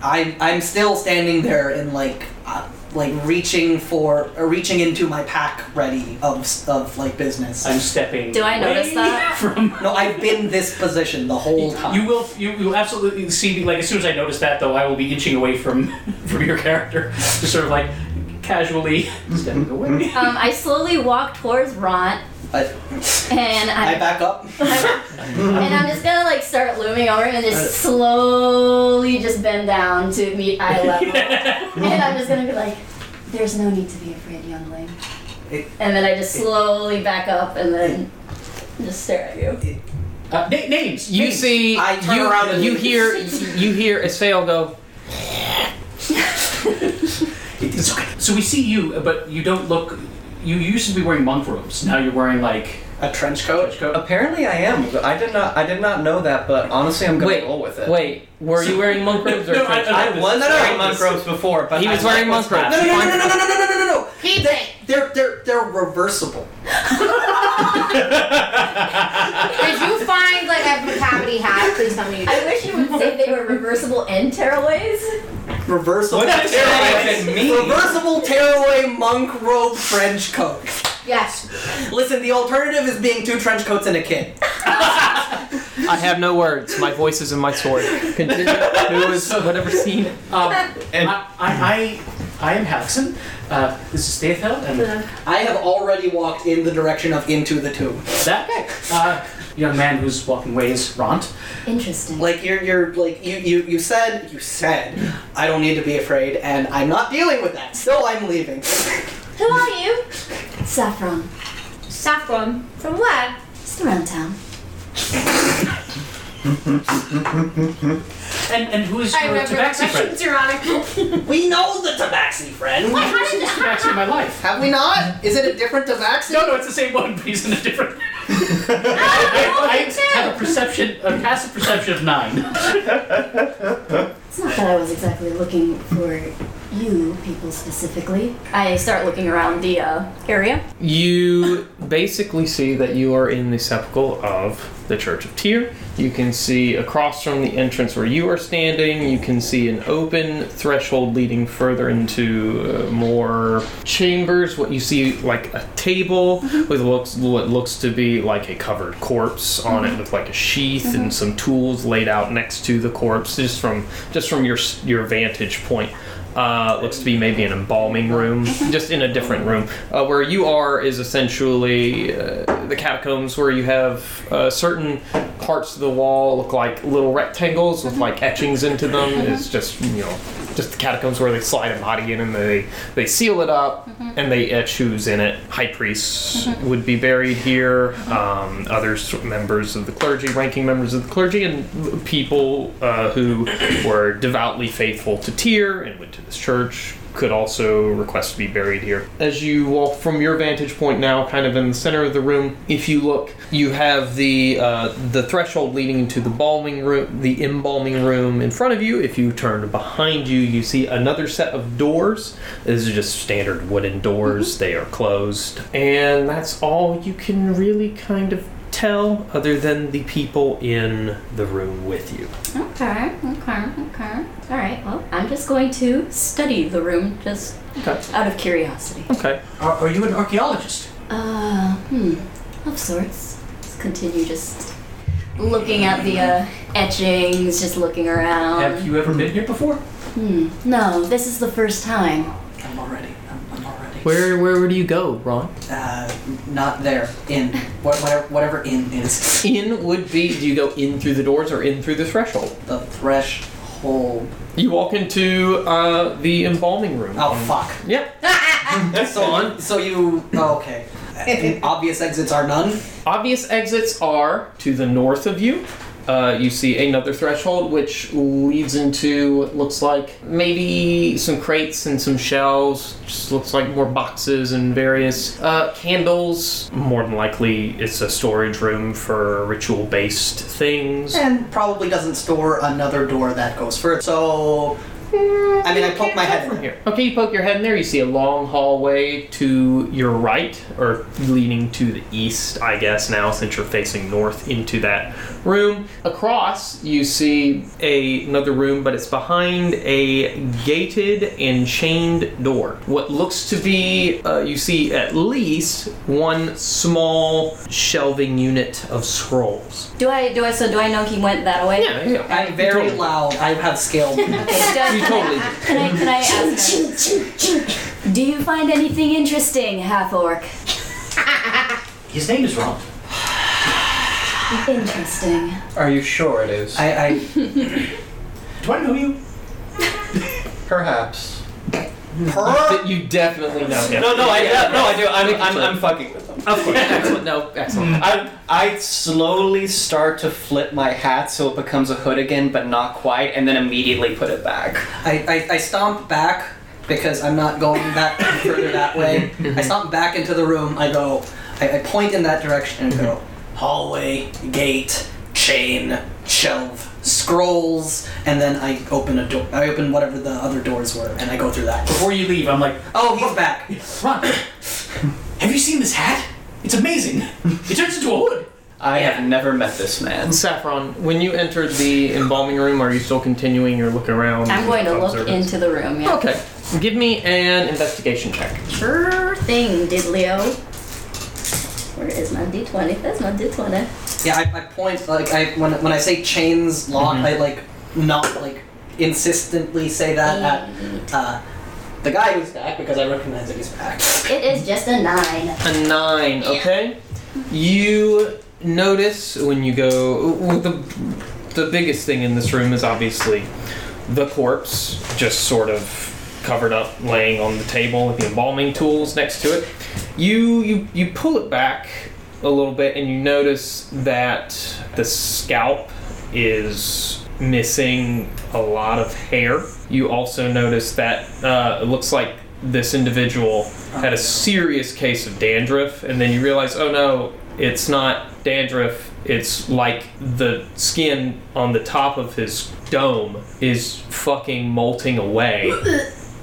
Speaker 8: I, I'm still standing there and like, uh, like reaching for, uh, reaching into my pack ready of, s- of like business.
Speaker 3: I'm stepping.
Speaker 10: Do I notice
Speaker 3: away
Speaker 10: that?
Speaker 3: From
Speaker 8: no, I've been this position the whole time.
Speaker 3: You will. You, you absolutely see me. Like as soon as I notice that, though, I will be inching away from from your character, just sort of like casually stepping away.
Speaker 10: Um, I slowly walk towards Ront,
Speaker 8: I,
Speaker 10: and
Speaker 8: I
Speaker 10: I,
Speaker 8: back up.
Speaker 10: and I'm just gonna like start looming over him and just slowly just bend down to meet eye level. and I'm just gonna be like, there's no need to be afraid, youngling.
Speaker 8: It-
Speaker 10: and then I just slowly back up and then just stare at you.
Speaker 3: Uh, na- names.
Speaker 2: You
Speaker 3: names.
Speaker 2: see,
Speaker 8: I turn
Speaker 2: you,
Speaker 8: around and
Speaker 2: you
Speaker 8: leave.
Speaker 2: hear, you hear Isfail go.
Speaker 3: It's okay. So we see you, but you don't look. You used to be wearing monk robes. Now you're wearing like
Speaker 8: A trench coat.
Speaker 3: trench coat.
Speaker 11: Apparently, I am. I did not. I did not know that, but honestly, I'm gonna
Speaker 2: Wait,
Speaker 11: roll with it.
Speaker 2: Wait, were you wearing monk robes or?
Speaker 3: No,
Speaker 2: trench
Speaker 3: I-
Speaker 11: I
Speaker 2: coat?
Speaker 11: was
Speaker 8: No, no,
Speaker 11: wearing
Speaker 8: no.
Speaker 11: monk robes before, but
Speaker 2: he
Speaker 11: I
Speaker 2: was wearing
Speaker 11: like
Speaker 2: monk
Speaker 11: what's
Speaker 2: robes.
Speaker 8: No, no, no, no, no, no, no, no, no, no, no,
Speaker 12: Keep
Speaker 8: They,
Speaker 12: it.
Speaker 8: they're, they're, they're reversible.
Speaker 12: Did you find like a macavity hat? Please tell me. You
Speaker 10: I
Speaker 12: did.
Speaker 10: wish you would say they were reversible and tearaways.
Speaker 8: Reversible.
Speaker 11: What does tearaway even mean?
Speaker 8: Reversible tearaway monk robe trench coat.
Speaker 12: Yes.
Speaker 8: Listen, the alternative is being two trench coats and a kid.
Speaker 2: I have no words. My voice is in my sword. Continue. Who is whatever scene?
Speaker 3: Um,
Speaker 11: And-
Speaker 3: I, I, I, I am Halxon. Uh, this is Theofeld, and
Speaker 8: I have already walked in the direction of into the tomb.
Speaker 3: that uh, young man who's walking away is Ront.
Speaker 10: Interesting.
Speaker 8: Like you're, you're like you, you, you said, you said, I don't need to be afraid, and I'm not dealing with that. So I'm leaving.
Speaker 12: Who are you?
Speaker 10: Saffron.
Speaker 12: Saffron. From where?
Speaker 10: Just around town.
Speaker 3: And and who is
Speaker 12: I
Speaker 3: your
Speaker 12: remember my
Speaker 3: tabaxi
Speaker 12: questions,
Speaker 3: friend?
Speaker 12: Your Honor.
Speaker 8: we know the Tabaxi friend.
Speaker 12: How did
Speaker 3: Tabaxi in my life.
Speaker 8: Have we not? Is it a different Tabaxi?
Speaker 3: No, no, it's the same one, but he's in a different. I, I have a perception, a passive perception of nine.
Speaker 10: It's not that I was exactly looking for you people specifically. I start looking around the uh, area.
Speaker 2: You basically see that you are in the sepulchre of the Church of Tyr. You can see across from the entrance where you are standing, you can see an open threshold leading further into uh, more chambers. What you see, like a table with looks, what looks to be like a covered corpse on it with like a sheath and some tools laid out next to the corpse, just from just from your s- your vantage point. Uh, looks to be maybe an embalming room, just in a different room. Uh, where you are is essentially uh, the catacombs, where you have uh, certain parts of the wall look like little rectangles with like etchings into them. It's just you know, just the catacombs where they slide a body in and they they seal it up and they etch who's in it. High priests would be buried here. Um, other s- members of the clergy, ranking members of the clergy, and people uh, who were devoutly faithful to Tyr and went to this church could also request to be buried here. As you walk from your vantage point now, kind of in the center of the room, if you look, you have the uh, the threshold leading into the balming room, the embalming room in front of you. If you turn behind you, you see another set of doors. These are just standard wooden doors. They are closed, and that's all you can really kind of tell, other than the people in the room with you.
Speaker 10: Okay, okay, okay. All right, well, I'm just going to study the room just
Speaker 2: Okay.
Speaker 10: out of curiosity.
Speaker 2: Okay.
Speaker 3: Are, are you an archaeologist?
Speaker 10: Uh, hmm, of sorts. Let's continue just looking at the uh, etchings, just looking around.
Speaker 3: Have you ever been here before?
Speaker 10: Hmm, no, this is the first time.
Speaker 8: I'm already. I'm, I'm already.
Speaker 2: Where where do you go, Ron?
Speaker 8: Uh, not there. In what, whatever, whatever in is
Speaker 2: In would be do you go in through the doors or in through the threshold?
Speaker 8: the threshold.
Speaker 2: You walk into uh, the embalming room.
Speaker 8: Oh fuck.
Speaker 2: Yep.
Speaker 8: So on. So you. Oh, okay. And obvious exits are none.
Speaker 2: Obvious exits are to the north of you. Uh, you see another threshold, which leads into what looks like maybe some crates and some shelves. Just looks like more boxes and various uh, candles. More than likely, it's a storage room for ritual-based things.
Speaker 8: And probably doesn't store another door that goes further. So. I mean, I poke my head
Speaker 2: from here. Okay, you poke your head in there, you see a long hallway to your right, or leaning to the east, I guess, now, since you're facing north into that room. Across, you see a, another room, but it's behind a gated and chained door. What looks to be, uh, you see at least one small shelving unit of scrolls.
Speaker 10: Do I, do I, so do I know he went that way?
Speaker 2: Yeah, yeah.
Speaker 8: I'm very loud. I have scaled.
Speaker 10: Okay, do I-
Speaker 2: You totally do.
Speaker 10: Can I, can I ask her? Do you find anything interesting, half orc?
Speaker 3: His name is Ron.
Speaker 10: Interesting.
Speaker 11: Are you sure it is?
Speaker 8: I,
Speaker 3: Do I know you?
Speaker 11: Perhaps.
Speaker 8: I per
Speaker 2: You definitely know him.
Speaker 11: No, no, I yeah, no, I do. I'm, I'm, I'm fucking with them.
Speaker 2: Of course. Excellent. No, excellent.
Speaker 11: I, I slowly start to flip my hat so it becomes a hood again, but not quite, and then immediately put it back.
Speaker 8: I, I, I stomp back because I'm not going that further that way. I stomp back into the room. I go, I, I point in that direction and go, hallway, gate, chain, shelf, scrolls, and then I open a door. I open whatever the other doors were, and I go through that.
Speaker 3: Before you leave, I'm like,
Speaker 8: Oh, he's back.
Speaker 3: Ron, have you seen this hat? It's amazing. It turns into a hood.
Speaker 11: I have never met this man.
Speaker 2: And Saffron, when you entered the embalming room, are you still continuing your look around?
Speaker 10: I'm going to look
Speaker 2: observance?
Speaker 10: into the room, yeah.
Speaker 2: Okay. Give me an investigation check.
Speaker 10: Sure thing, Diddleo. Where is my d20? That's my d20.
Speaker 8: Yeah, I, I point like I when when I say chains lock, I like not like insistently say that at uh, the guy who's back because I recognize that he's back.
Speaker 10: It is just a nine.
Speaker 2: A nine, okay? You notice when you go. Well, the, the biggest thing in this room is obviously the corpse, just sort of covered up, laying on the table with the embalming tools next to it. You, you, you pull it back a little bit and you notice that the scalp is missing a lot of hair. You also notice that uh, it looks like this individual had a serious case of dandruff, and then you realize, oh no, It's not dandruff. It's like the skin on the top of his dome is fucking molting away.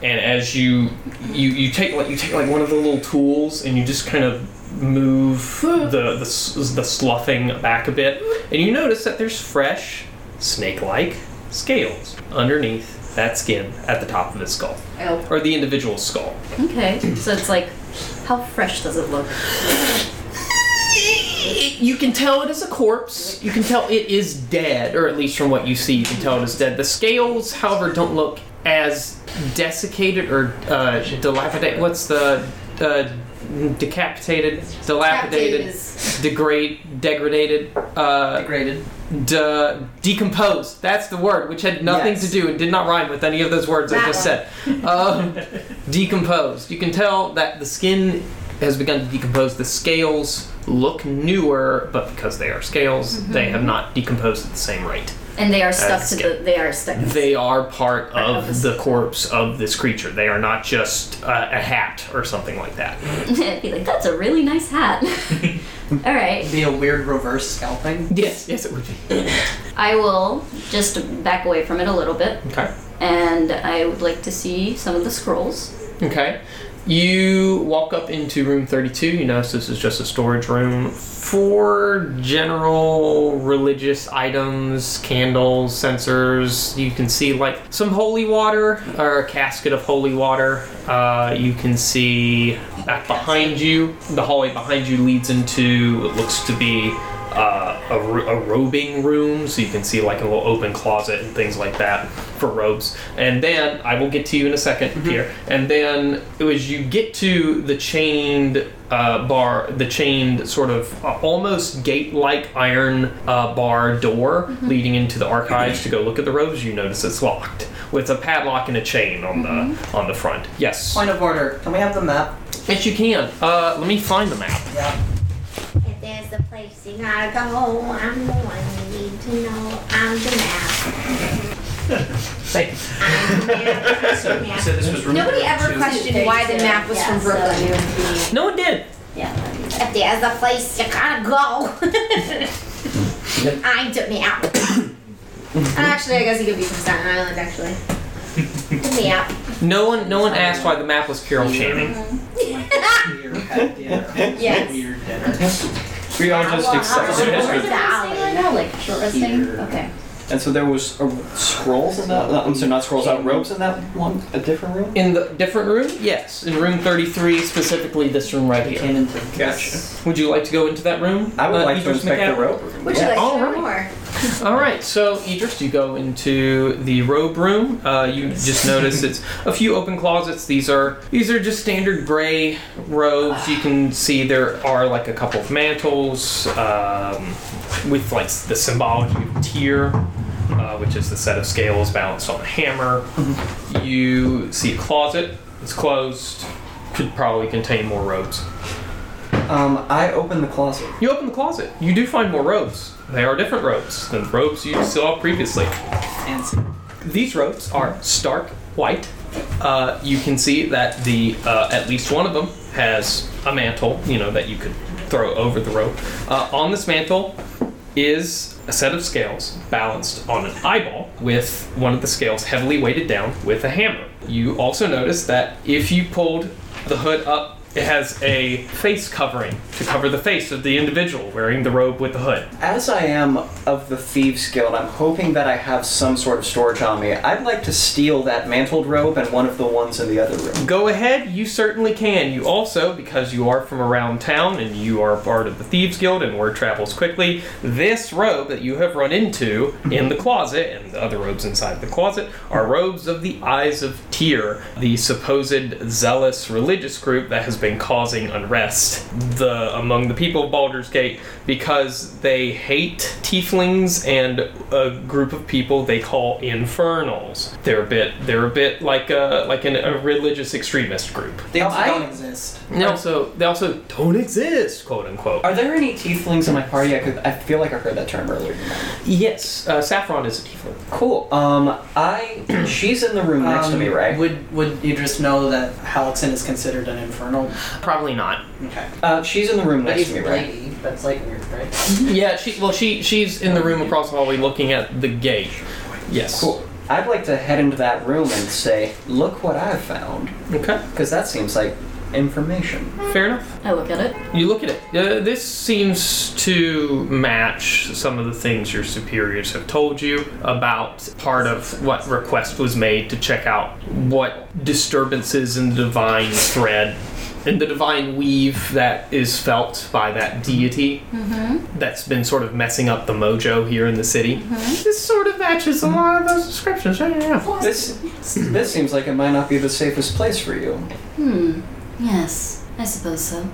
Speaker 2: And as you you you take like you take like one of the little tools and you just kind of move the the, s- the sloughing back a bit, and you notice that there's fresh snake-like scales underneath that skin at the top of his skull
Speaker 12: Oh,
Speaker 2: or the individual skull.
Speaker 12: okay. So it's like, how fresh does it look?
Speaker 2: You can tell it is a corpse. You can tell it is dead, or at least from what you see, you can tell it is dead. The scales, however, don't look as desiccated or uh, dilapidated. What's the uh, decapitated,
Speaker 12: Captain
Speaker 2: dilapidated,
Speaker 12: is-
Speaker 2: degrade, degraded, uh,
Speaker 8: Degraded.
Speaker 2: de- decomposed? That's the word, which had nothing
Speaker 8: Yes.
Speaker 2: to do and did not rhyme with any of those words I
Speaker 12: That
Speaker 2: just
Speaker 12: one.
Speaker 2: said. Um, decomposed. You can tell that the skin has begun to decompose. The scales look newer, but because they are scales,
Speaker 12: Mm-hmm.
Speaker 2: they have not decomposed at the same rate.
Speaker 12: And they are stuck
Speaker 2: That's
Speaker 12: to
Speaker 2: good.
Speaker 12: the. They are stuck.
Speaker 2: They are part
Speaker 12: of
Speaker 2: of the corpse of this creature. They are not just uh, a hat or something like that.
Speaker 12: Be like, that's a really nice hat. All right,
Speaker 8: Be a weird reverse scalping.
Speaker 2: Yes, yes, it would be.
Speaker 12: I will just back away from it a little bit,
Speaker 2: Okay.
Speaker 12: and I would like to see some of the scrolls.
Speaker 2: Okay. You walk up into room 32. You notice this is just a storage room for general religious items, candles, censers. You can see like some holy water or a casket of holy water. Uh, you can see back behind you, the hallway behind you leads into what looks to be uh, a, ro- a robing room, so you can see like a little open closet and things like that for robes. And then I will get to you in a 2nd here. And then as you get to the chained uh, bar, the chained sort of uh, almost gate-like iron uh, bar door leading into the archives to go look at the robes, you notice it's locked with a padlock and a chain on the on the front. Yes,
Speaker 8: Point of order. Can we have the map?
Speaker 2: yes, you can. Uh, let me find the map.
Speaker 8: Yeah.
Speaker 7: If there's a place you gotta go, I'm the one you need to know. I'm the map.
Speaker 2: Thank you.
Speaker 7: I'm the map. I'm the map.
Speaker 3: So this was removed.
Speaker 12: Nobody ever
Speaker 3: to-
Speaker 12: questioned why the map was from
Speaker 7: Yeah, so-
Speaker 12: Brooklyn.
Speaker 2: No one did.
Speaker 7: If there's a place you gotta go, I'm the map.
Speaker 12: Actually, I guess he could be from Staten Island. Actually,
Speaker 7: The map.
Speaker 2: No one, no one asked why the map was Carol Channing.
Speaker 8: Weird head dinner.
Speaker 12: Yes.
Speaker 8: Weird dinner.
Speaker 11: We are just
Speaker 7: Well,
Speaker 11: accepting
Speaker 7: I'm-
Speaker 11: this
Speaker 7: I'm-
Speaker 11: with-
Speaker 12: No, like touristing. Okay.
Speaker 11: And so there was uh, scrolls in that. I'm sorry, not scrolls. Out robes in that one, a different room.
Speaker 2: In the different room? Yes, in room 33, specifically this room right here.
Speaker 8: Came into
Speaker 11: Gotcha.
Speaker 2: Would you like to go into that room?
Speaker 11: I would
Speaker 2: uh,
Speaker 11: like to
Speaker 2: Idris
Speaker 11: inspect
Speaker 2: McCab?
Speaker 11: the robe.
Speaker 12: Would you like
Speaker 2: All
Speaker 12: to know
Speaker 2: right.
Speaker 12: more?
Speaker 2: All right, so Idris, you go into the robe room. Uh, you just notice it's a few open closets. These are these are just standard gray robes. You can see there are like a couple of mantles um, with like the symbology of tear, uh, which is the set of scales balanced on a hammer. You see a closet. It's closed. Could probably contain more robes.
Speaker 11: Um, I opened the closet.
Speaker 2: You open the closet. You do find more robes. They are different robes than the robes you saw previously.
Speaker 8: Fancy.
Speaker 2: These robes are stark white. Uh, you can see that the uh, at least one of them has a mantle, you know, that you could throw over the robe. Uh, on this mantle is a set of scales balanced on an eyeball, with one of the scales heavily weighted down with a hammer. You also notice that if you pulled the hood up, it has a face covering to cover the face of the individual wearing the robe with the hood.
Speaker 11: As I am of the Thieves Guild, I'm hoping that I have some sort of storage on me. I'd like to steal that mantled robe and one of the ones in the other room.
Speaker 2: Go ahead, you certainly can. You also, because you are from around town and you are part of the Thieves Guild and word travels quickly, this robe that you have run into in the closet and the other robes inside the closet are robes of the Eyes of Tyr, the supposed zealous religious group that has been causing unrest the among the people of Baldur's Gate because they hate tieflings and a group of people they call infernals. They're a bit they're a bit like a like an, a religious extremist group.
Speaker 8: They also
Speaker 11: I-
Speaker 8: don't exist.
Speaker 2: They also they also don't exist, quote unquote.
Speaker 11: Are there any tieflings in my party? I could. I feel like I heard that term earlier.
Speaker 2: Yes, uh, Saffron is a tiefling.
Speaker 11: Cool. Um, I. She's in the room next to
Speaker 8: Um,
Speaker 11: me, right?
Speaker 8: Would would Idris know that Halixin is considered an infernal?
Speaker 2: Probably not.
Speaker 8: Okay.
Speaker 11: Uh, she's in the room
Speaker 8: But
Speaker 11: next
Speaker 8: he's
Speaker 11: to me, right?
Speaker 8: lady. That's like weird, right?
Speaker 2: Yeah, she well she she's in the room across the hallway looking at the gate. Yes.
Speaker 11: Cool. I'd like to head into that room and say, look what I found.
Speaker 2: Okay.
Speaker 11: Because that seems like information.
Speaker 2: Fair enough.
Speaker 10: I look at it.
Speaker 2: You look at it. Uh, this seems to match some of the things your superiors have told you about part of what request was made to check out what disturbances in the divine thread in the divine weave that is felt by that deity
Speaker 12: Mm-hmm.
Speaker 2: that's been sort of messing up the mojo here in the city. This sort of matches a lot of those descriptions. Yeah, yeah, yeah.
Speaker 11: This this seems like it might not be the safest place for you.
Speaker 10: Hmm. Yes, I suppose so.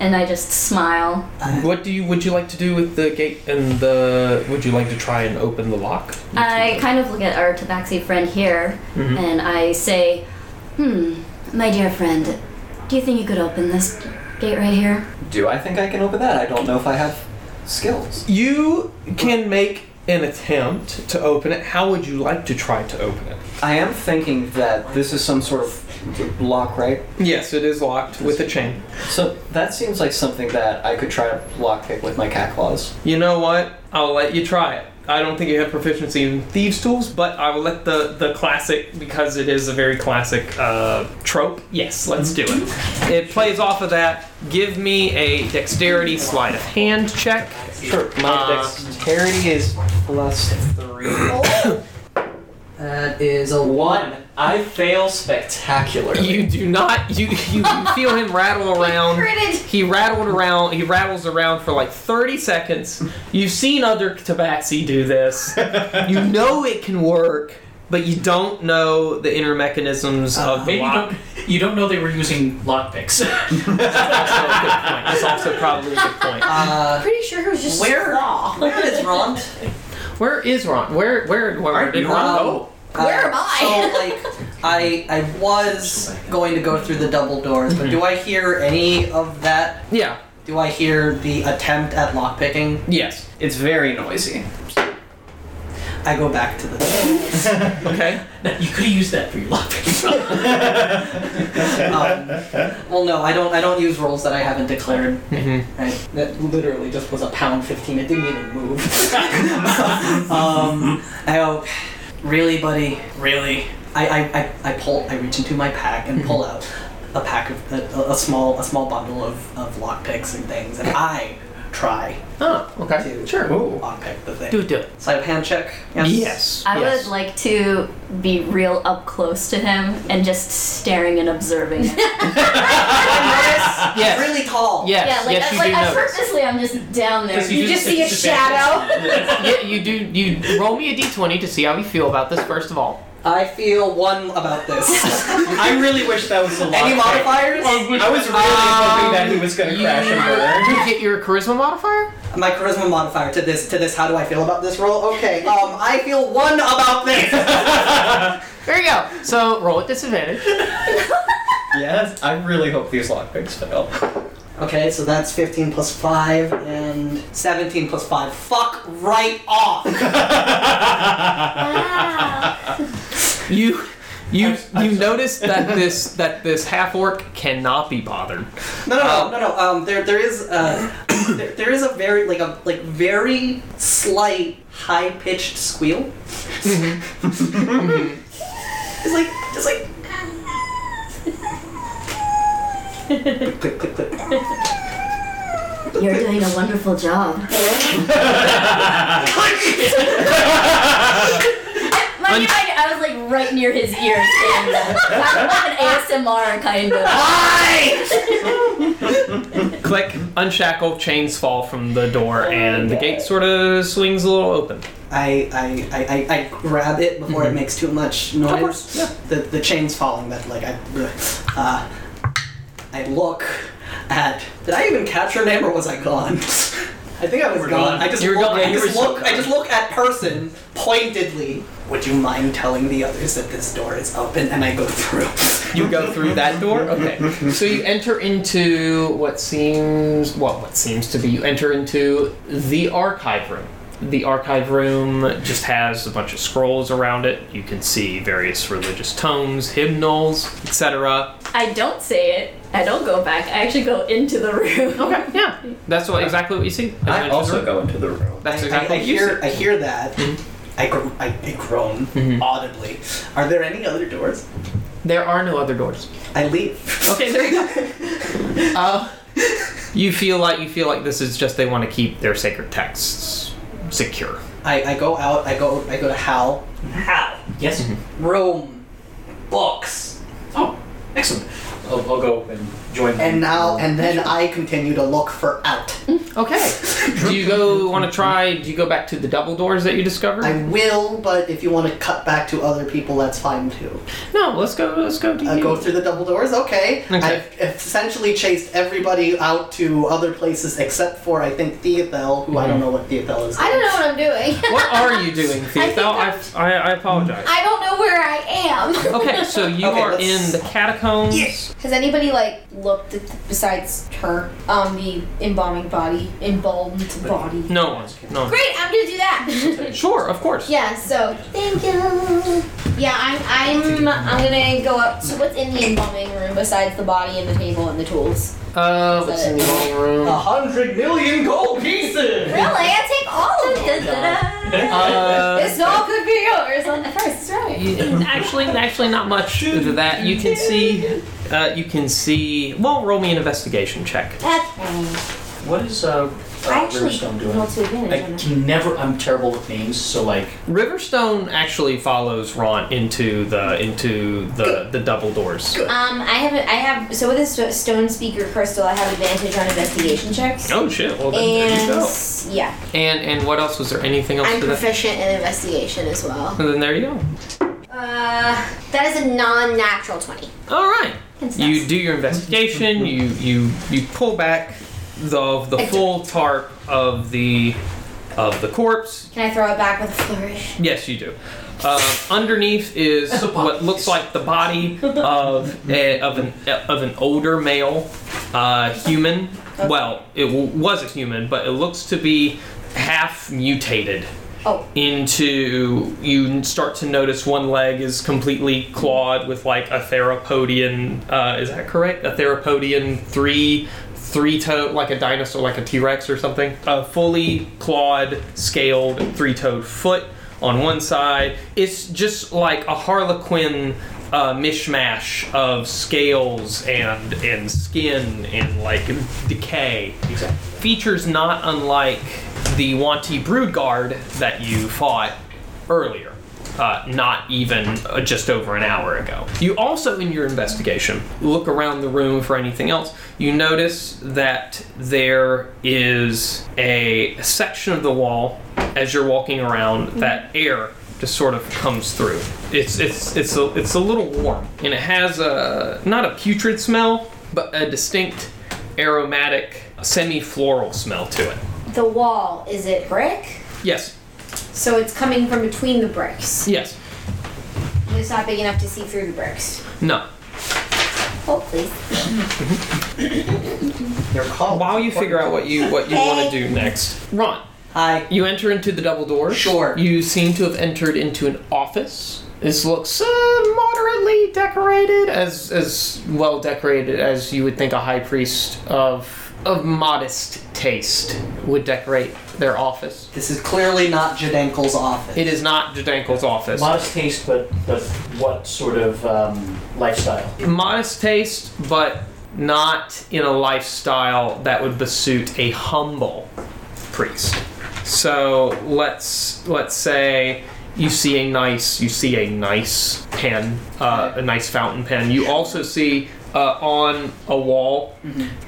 Speaker 10: and I just smile.
Speaker 2: What do you would you like to do with the gate and the? Would you like to try and open the lock?
Speaker 10: I kind of look at our tabaxi friend here
Speaker 2: Mm-hmm.
Speaker 10: and I say, Hmm, my dear friend, do you think you could open this gate right here?
Speaker 11: Do I think I can open that? I don't know if I have skills.
Speaker 2: You can make an attempt to open it. How would you like to try to open it?
Speaker 11: I am thinking that this is some sort of lock, right?
Speaker 2: Yes, it is locked with a chain.
Speaker 11: So that seems like something that I could try to lockpick with my cat claws.
Speaker 2: You know what? I'll let you try it. I don't think you have proficiency in thieves' tools, but I will let the the classic because it is a very classic uh, trope. Yes, let's do it. It plays off of that. Give me a dexterity sleight of hand check.
Speaker 11: Sure. My
Speaker 2: Uh,
Speaker 11: dexterity is plus three.
Speaker 8: That is a
Speaker 11: One. I fail spectacularly.
Speaker 2: You do not. You you feel him rattle around. He rattled around. He rattles around for like thirty seconds. You've seen other tabaxi do this. You know it can work, but you don't know the inner mechanisms of the
Speaker 3: Uh, Maybe you
Speaker 2: lock.
Speaker 3: don't, you don't know they were using lockpicks.
Speaker 2: Oh, That's also probably a good point.
Speaker 8: Uh,
Speaker 12: Pretty sure it was just
Speaker 8: Where-
Speaker 12: straw.
Speaker 8: where is Ron?
Speaker 2: Where is Ron? Where where where,
Speaker 3: Aren't
Speaker 2: did
Speaker 3: you
Speaker 2: Ron
Speaker 8: Um,
Speaker 2: go?
Speaker 12: Where am I?
Speaker 8: So like, I I was going to go through the double doors, but do I hear any of that?
Speaker 2: Yeah.
Speaker 8: Do I hear the attempt at lockpicking?
Speaker 2: Yes.
Speaker 11: It's very noisy.
Speaker 8: I go back to the.
Speaker 2: Okay.
Speaker 3: you could have used that for your lockpicks.
Speaker 8: Um, well, no, I don't. I don't use rolls that I haven't declared.
Speaker 2: Mm-hmm.
Speaker 8: Right? That literally just was a pound fifteen. It didn't even move. um, I go, really, buddy, really. I, I, I, I pull. I reach into my pack
Speaker 2: Mm-hmm.
Speaker 8: and pull out a pack of a, a small a small bundle of of lockpicks and things, and I try
Speaker 2: Oh. Okay.
Speaker 8: to
Speaker 2: Sure.
Speaker 8: lockpick the thing.
Speaker 2: Do it. Do it.
Speaker 8: Sleight of hand check.
Speaker 2: Yes.
Speaker 10: I
Speaker 2: yes.
Speaker 10: would like to be real up close to him and just staring and observing. yeah,
Speaker 2: Yes.
Speaker 8: Really tall.
Speaker 2: Yes.
Speaker 10: like,
Speaker 2: yes.
Speaker 10: I,
Speaker 2: You
Speaker 10: like
Speaker 2: do
Speaker 10: I
Speaker 2: know.
Speaker 10: purposely I'm just down there.
Speaker 12: You just see a shadow.
Speaker 2: yeah, you do. You roll me a d20 to see how you feel about this. First of all,
Speaker 8: I feel one about this.
Speaker 11: I really wish that was the lock.
Speaker 8: Any modifiers?
Speaker 11: I was really hoping that he was going to crash and burn.
Speaker 2: you get your charisma modifier.
Speaker 8: My charisma modifier to this to this. How do I feel about this roll? Okay. Um, I feel one about this.
Speaker 2: There you go. So roll at disadvantage.
Speaker 11: Yes, I really hope these lockpicks fail.
Speaker 8: okay, so that's fifteen plus five and seventeen plus five. Fuck right off.
Speaker 7: Wow.
Speaker 2: You. You, you notice that this that this half orc cannot be bothered.
Speaker 8: No, no, no, no, no. Um, there, there is uh, there, there is a very like a like very slight high pitched squeal. Mm-hmm. it's like it's like. click, click, click.
Speaker 10: You're doing a wonderful job. Mind you, I, I was like right near his ear, saying that. I'm like an ASMR kind of.
Speaker 2: Click, unshackle, chains fall from the door, and the gate sort of swings a little open.
Speaker 8: I, I, I, I, I grab it before it makes too much noise.
Speaker 2: Mhm. course, yeah.
Speaker 8: The the chain's falling. That like I, uh, I look at. Did I even catch her name or was I gone? I think I was
Speaker 3: We're
Speaker 8: gone.
Speaker 3: gone.
Speaker 8: I just
Speaker 2: You were
Speaker 8: look.
Speaker 2: gone.
Speaker 8: I
Speaker 2: You
Speaker 8: just
Speaker 2: were so
Speaker 8: look. I just look at person pointedly. Would you mind telling the others that this door is open? And I go through.
Speaker 2: You go through that door? Okay. So you enter into what seems well, what seems to be you enter into the archive room. The archive room just has a bunch of scrolls around it. You can see various religious tomes, hymnals, etc.
Speaker 10: I don't say it. I don't go back. I actually go into the room. Okay.
Speaker 2: Yeah. That's what exactly what you see. as
Speaker 11: I
Speaker 2: an
Speaker 11: also
Speaker 2: entrance
Speaker 11: go into the room.
Speaker 2: That's
Speaker 8: I-
Speaker 2: exactly
Speaker 8: I, I
Speaker 2: what you
Speaker 8: hear.
Speaker 2: see.
Speaker 8: I hear that. I, gro- I, I groan audibly. Are there any other doors?
Speaker 2: Mm-hmm. There are no other doors.
Speaker 8: I leave.
Speaker 2: Okay, there you go. uh, you feel like you feel like this is just they want to keep their sacred texts secure.
Speaker 8: I, I go out. I go. I go to Hal. Hal.
Speaker 3: Yes?
Speaker 8: Room. Books.
Speaker 3: Oh, excellent. I'll, I'll go and join
Speaker 8: And
Speaker 3: them.
Speaker 8: now and then I continue to look for out.
Speaker 2: Mm-hmm. Okay. do you go want to try? Do you go back to the double doors that you discovered?
Speaker 8: I will, but if you want to cut back to other people, that's fine too.
Speaker 2: no. Let's go. Let's go. To
Speaker 8: Uh,
Speaker 2: you.
Speaker 8: go through the double doors, okay.
Speaker 2: Okay.
Speaker 8: I've essentially chased everybody out to other places except for, I think, Theothel, who
Speaker 2: Mm-hmm.
Speaker 8: I don't know what Theothel is.
Speaker 12: I don't know what I'm doing.
Speaker 2: what are you doing, Theo? I, I, I apologize.
Speaker 12: I don't know where I am.
Speaker 2: Okay, so you
Speaker 8: Okay,
Speaker 2: are
Speaker 8: let's-
Speaker 2: in the catacombs.
Speaker 12: Has anybody like looked at the, besides her um the embalming body, embalmed body?
Speaker 2: No one. No.
Speaker 12: Great, I'm gonna do that.
Speaker 2: Sure, of course.
Speaker 12: yeah. So
Speaker 7: Thank you.
Speaker 12: yeah, I'm I'm I'm gonna go up. So what's in the embalming room besides the body and the table and the tools?
Speaker 2: Uh, what's in the long room?
Speaker 8: hundred million gold pieces.
Speaker 12: Really, I take all of it.
Speaker 2: Uh,
Speaker 12: This all could be yours on the first right.
Speaker 2: you- actually, actually, not much to that. You can see. Uh, you can see. Well, roll me an investigation check.
Speaker 3: What is uh, uh
Speaker 12: I actually
Speaker 3: Riverstone doing?
Speaker 12: rolled to
Speaker 3: I
Speaker 12: advantage on that.
Speaker 3: can never. I'm terrible with names, so like
Speaker 2: Riverstone actually follows Ron into the into the the double doors.
Speaker 12: Um, I have a, I have so with this sto- stone speaker crystal, I have advantage on investigation checks.
Speaker 2: Oh shit! Well, then there you
Speaker 12: And
Speaker 2: go.
Speaker 12: yeah,
Speaker 2: And and what else was there? Anything else
Speaker 12: I'm
Speaker 2: to that?
Speaker 12: proficient in investigation as well.
Speaker 2: And then there you go.
Speaker 12: Uh, that is a non-natural twenty.
Speaker 2: All right.
Speaker 12: And
Speaker 2: You do your investigation. You you you pull back the the
Speaker 12: I do.
Speaker 2: full tarp of the of the corpse.
Speaker 12: Can I throw it back with a flourish?
Speaker 2: Yes, you do. Uh, underneath is what looks like the body of a, of an of an older male uh, human. Well, it w- was a human, but it looks to be half mutated
Speaker 12: Oh.
Speaker 2: into you start to notice one leg is completely clawed with like a therapodian uh, is that correct a therapodian three three toed like a dinosaur like a t-rex or something a fully clawed scaled three toed foot on one side it's just like a harlequin uh, mishmash of scales and and skin and like decay
Speaker 3: exactly.
Speaker 2: features not unlike the Wanty Broodguard that you fought earlier, uh, not even uh, just over an hour ago. You also, in your investigation, look around the room for anything else. You notice that there is a section of the wall as you're walking around that air just sort of comes through. It's it's it's a it's a little warm and it has a not a putrid smell, but a distinct aromatic semi-floral smell to it.
Speaker 12: The wall is it brick?
Speaker 2: Yes.
Speaker 12: So it's coming from between the bricks.
Speaker 2: Yes.
Speaker 12: It's not big enough to see through the bricks.
Speaker 2: No.
Speaker 12: Oh please.
Speaker 8: Your call.
Speaker 2: While you figure out what you what you want to do next, Ron,
Speaker 8: Hi.
Speaker 2: you enter into the double doors.
Speaker 8: Sure.
Speaker 2: You seem to have entered into an office. This looks uh, moderately decorated, as as well decorated as you would think a high priest of of modest taste would decorate their office.
Speaker 8: This is clearly not Jadenkel's office.
Speaker 2: It is not Jadenko's office.
Speaker 3: Modest taste, but but what sort of um, lifestyle?
Speaker 2: modest taste, but not in a lifestyle that would besuit a humble priest. So let's let's say you see a nice you see a nice pen, uh, a nice fountain pen. You also see uh, on a wall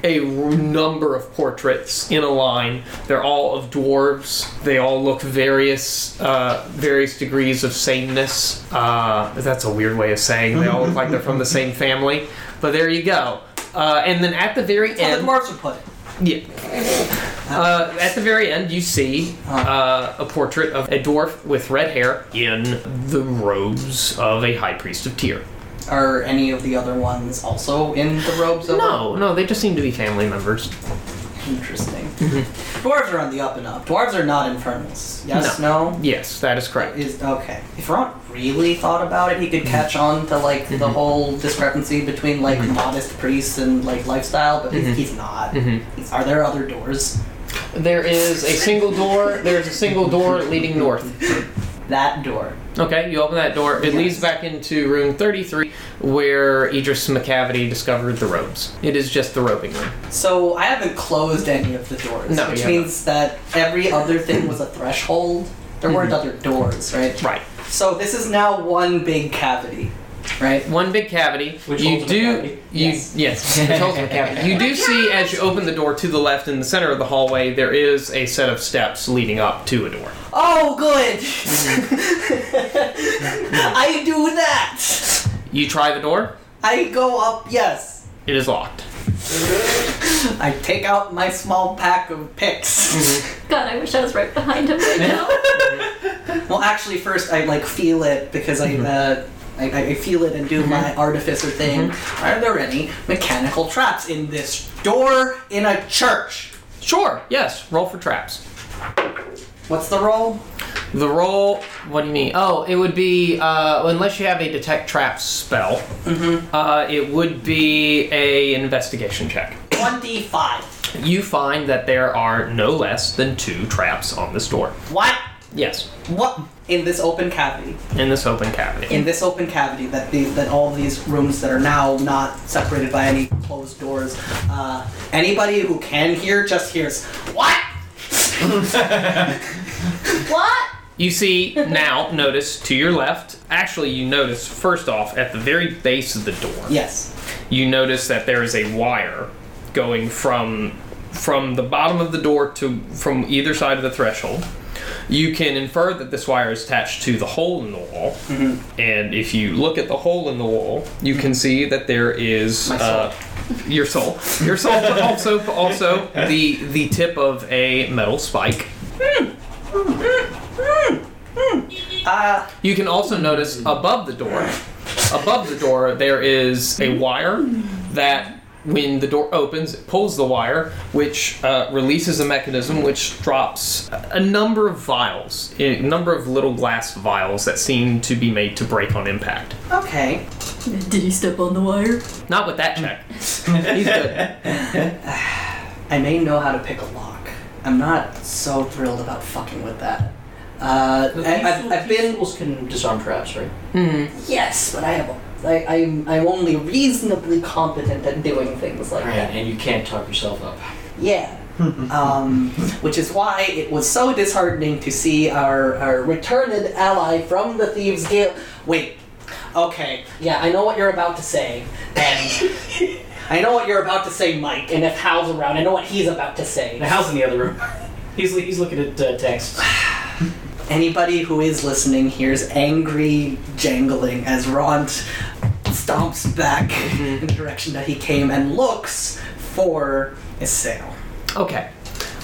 Speaker 2: a r- number of portraits in a line. They're all of dwarves. They all look various uh, various degrees of sameness. Uh, that's a weird way of saying they all look like they're from the same family. But there you go. Uh, and then at the very
Speaker 8: That's how
Speaker 2: end,
Speaker 8: the dwarves would put it.
Speaker 2: yeah. Uh, at the very end, you see uh, a portrait of a dwarf with red hair in the robes of a high priest of Tyr.
Speaker 8: Are any of the other ones also in the robes? Of
Speaker 2: No, no, they just seem to be family members.
Speaker 8: Interesting. Dwarves are on the up and up. Dwarves are not infernals. Yes, no?
Speaker 2: Yes, that is correct.
Speaker 8: Is okay. If Ron really thought about it, he could catch on to like
Speaker 3: Mm-hmm.
Speaker 8: the whole discrepancy between like modest priests and like lifestyle, but
Speaker 3: Mm-hmm.
Speaker 2: Mhm.
Speaker 8: he's not.
Speaker 2: Mhm.
Speaker 8: Are there other doors?
Speaker 2: There is a single door. There's a single door leading north.
Speaker 8: That door.
Speaker 2: Okay, you open that door. It leads back into room 33, where Idris McCavity discovered the robes. It is just the roping room.
Speaker 8: So I haven't closed any of the doors,
Speaker 2: No,
Speaker 8: which
Speaker 2: you
Speaker 8: means that every other thing was a threshold. There weren't
Speaker 2: Mhm.
Speaker 8: other doors, right?
Speaker 2: Right.
Speaker 8: So this is now one big cavity, right?
Speaker 2: One big cavity.
Speaker 3: Which
Speaker 2: you
Speaker 3: holds a
Speaker 2: do.
Speaker 3: cavity.
Speaker 2: You,
Speaker 8: Yes.
Speaker 2: yes. which holds a cavity. You do see as you open the door to the left in the center of the hallway, there is a set of steps leading up to a door.
Speaker 8: Oh, good.
Speaker 2: Mm-hmm.
Speaker 8: I do that.
Speaker 2: You try the door.
Speaker 8: I go up. Yes.
Speaker 2: It is locked.
Speaker 8: I take out my small pack of picks.
Speaker 2: Mm-hmm.
Speaker 10: God, I wish I was right behind him right now.
Speaker 8: Well, actually, first I like feel it because I, uh, I I feel it and do my artificer thing. Are there any mechanical traps in this door in a church?
Speaker 2: Sure. Yes. Roll for traps.
Speaker 8: What's the roll?
Speaker 2: The roll. What do you mean? Oh, it would be uh, unless you have a detect traps spell. Uh, it would be a investigation check.
Speaker 8: Twenty-five.
Speaker 2: You find that there are no less than two traps on this door.
Speaker 8: What?
Speaker 2: Yes,
Speaker 8: What in this open cavity?
Speaker 2: in this open cavity.
Speaker 8: in this open cavity that the, that all these rooms that are now not separated by any closed doors. Uh, anybody who can hear just hears what?
Speaker 10: what?
Speaker 2: You see now, notice to your left. Actually, you notice first off at the very base of the door.
Speaker 8: Yes.
Speaker 2: You notice that there is a wire going from from the bottom of the door to from either side of the threshold. You can infer that this wire is attached to the hole in the wall, and if you look at the hole in the wall, you can see that there is uh, your soul, your soul, but also but also the the tip of a metal spike.
Speaker 8: Uh,
Speaker 2: You can also notice above the door, above the door, there is a wire that, when the door opens, it pulls the wire, which uh, releases a mechanism which drops a number of vials, a number of little glass vials that seem to be made to break on impact.
Speaker 8: okay.
Speaker 10: Did he step on the wire?
Speaker 2: Not with that check. He's good.
Speaker 8: I may know how to pick a lock. I'm not so thrilled about fucking with that. Uh, I, I've, I've been
Speaker 3: Thieves can disarm traps, right?
Speaker 2: Mm-hmm.
Speaker 8: yes, but I have. I, I'm, I'm only reasonably competent at doing things like
Speaker 3: Right,
Speaker 8: that.
Speaker 3: and you can't talk yourself up.
Speaker 8: Yeah. um, which is why it was so disheartening to see our, our returned ally from the Thieves Guild. Wait. Okay. Yeah, I know what you're about to say. And I know what you're about to say, Mike. And if Hal's around, I know what he's about to say.
Speaker 3: Now, how's in the other room? He's, he's looking at uh, texts.
Speaker 8: Anybody who is listening hears angry jangling as Ront stomps back in the direction that he came and looks for Isael.
Speaker 2: Okay,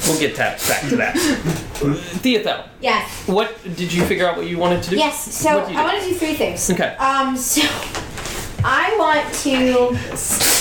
Speaker 2: we'll get that back to that. Theothel,
Speaker 13: Yes.
Speaker 2: what did you figure out what you wanted to do?
Speaker 13: Yes. So
Speaker 2: What do you
Speaker 13: I
Speaker 2: do?
Speaker 13: want to do three things.
Speaker 2: Okay.
Speaker 13: Um. So I want to.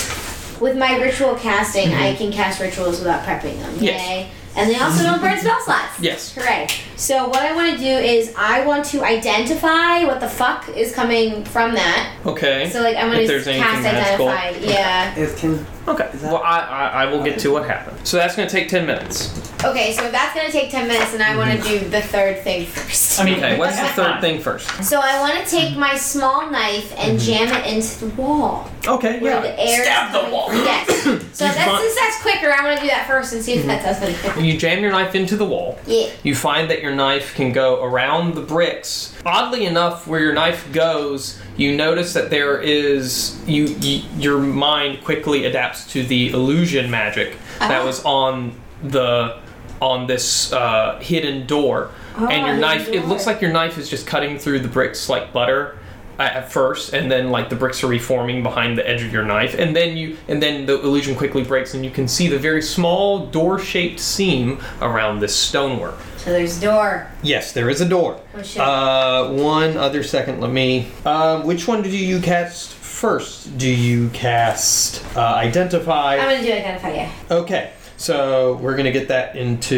Speaker 7: With my ritual casting, I can cast rituals without prepping them.
Speaker 2: Mm-hmm. Yes.
Speaker 7: Yay. And they also don't burn spell slots.
Speaker 2: Yes.
Speaker 7: Hooray. So what I want to do is I want to identify what the fuck is coming from that.
Speaker 2: Okay.
Speaker 7: So like I want
Speaker 2: If
Speaker 7: to
Speaker 2: there's anything
Speaker 7: cast
Speaker 2: magical.
Speaker 7: identify. Yeah.
Speaker 8: It can
Speaker 2: Okay.
Speaker 8: Is that-
Speaker 2: Well, I, I, I will get to what happened. So that's going to take 10 minutes.
Speaker 7: Okay, so that's gonna take ten minutes, and I want to do the third thing first.
Speaker 3: I mean,
Speaker 2: Mhm. Okay, what's the
Speaker 3: that's
Speaker 2: third
Speaker 3: fine.
Speaker 2: thing first?
Speaker 7: So I want to take my small knife and
Speaker 2: Mhm.
Speaker 7: jam it into the wall.
Speaker 2: Okay,
Speaker 7: Where the air is
Speaker 2: Stab the
Speaker 7: coming-
Speaker 2: wall.
Speaker 7: Yes. So
Speaker 2: You
Speaker 7: that's,
Speaker 2: fi-
Speaker 7: since that's quicker, I want to do that first and see if that does anything.
Speaker 2: You jam your knife into the wall.
Speaker 7: Yeah.
Speaker 2: You find that your knife can go around the bricks. Oddly enough, where your knife goes, you notice that there is you, you your mind quickly adapts to the illusion magic that
Speaker 7: Ah.
Speaker 2: was on the on this uh, hidden door. and your
Speaker 7: hidden
Speaker 2: knife it
Speaker 7: door.
Speaker 2: looks like your knife is just cutting through the bricks like butter a- at first and then like the bricks are reforming behind the edge of your knife and then you and then the illusion quickly breaks and you can see the very small door-shaped seam around this stonework
Speaker 7: So there's door.
Speaker 2: Yes, there is a door.
Speaker 7: Oh, shit.
Speaker 2: Uh, one other second, let me. Um, which one do you cast first? Do you cast uh,
Speaker 7: I'm
Speaker 2: Identify?
Speaker 7: gonna do identify. Yeah.
Speaker 2: Okay, So we're gonna get that into.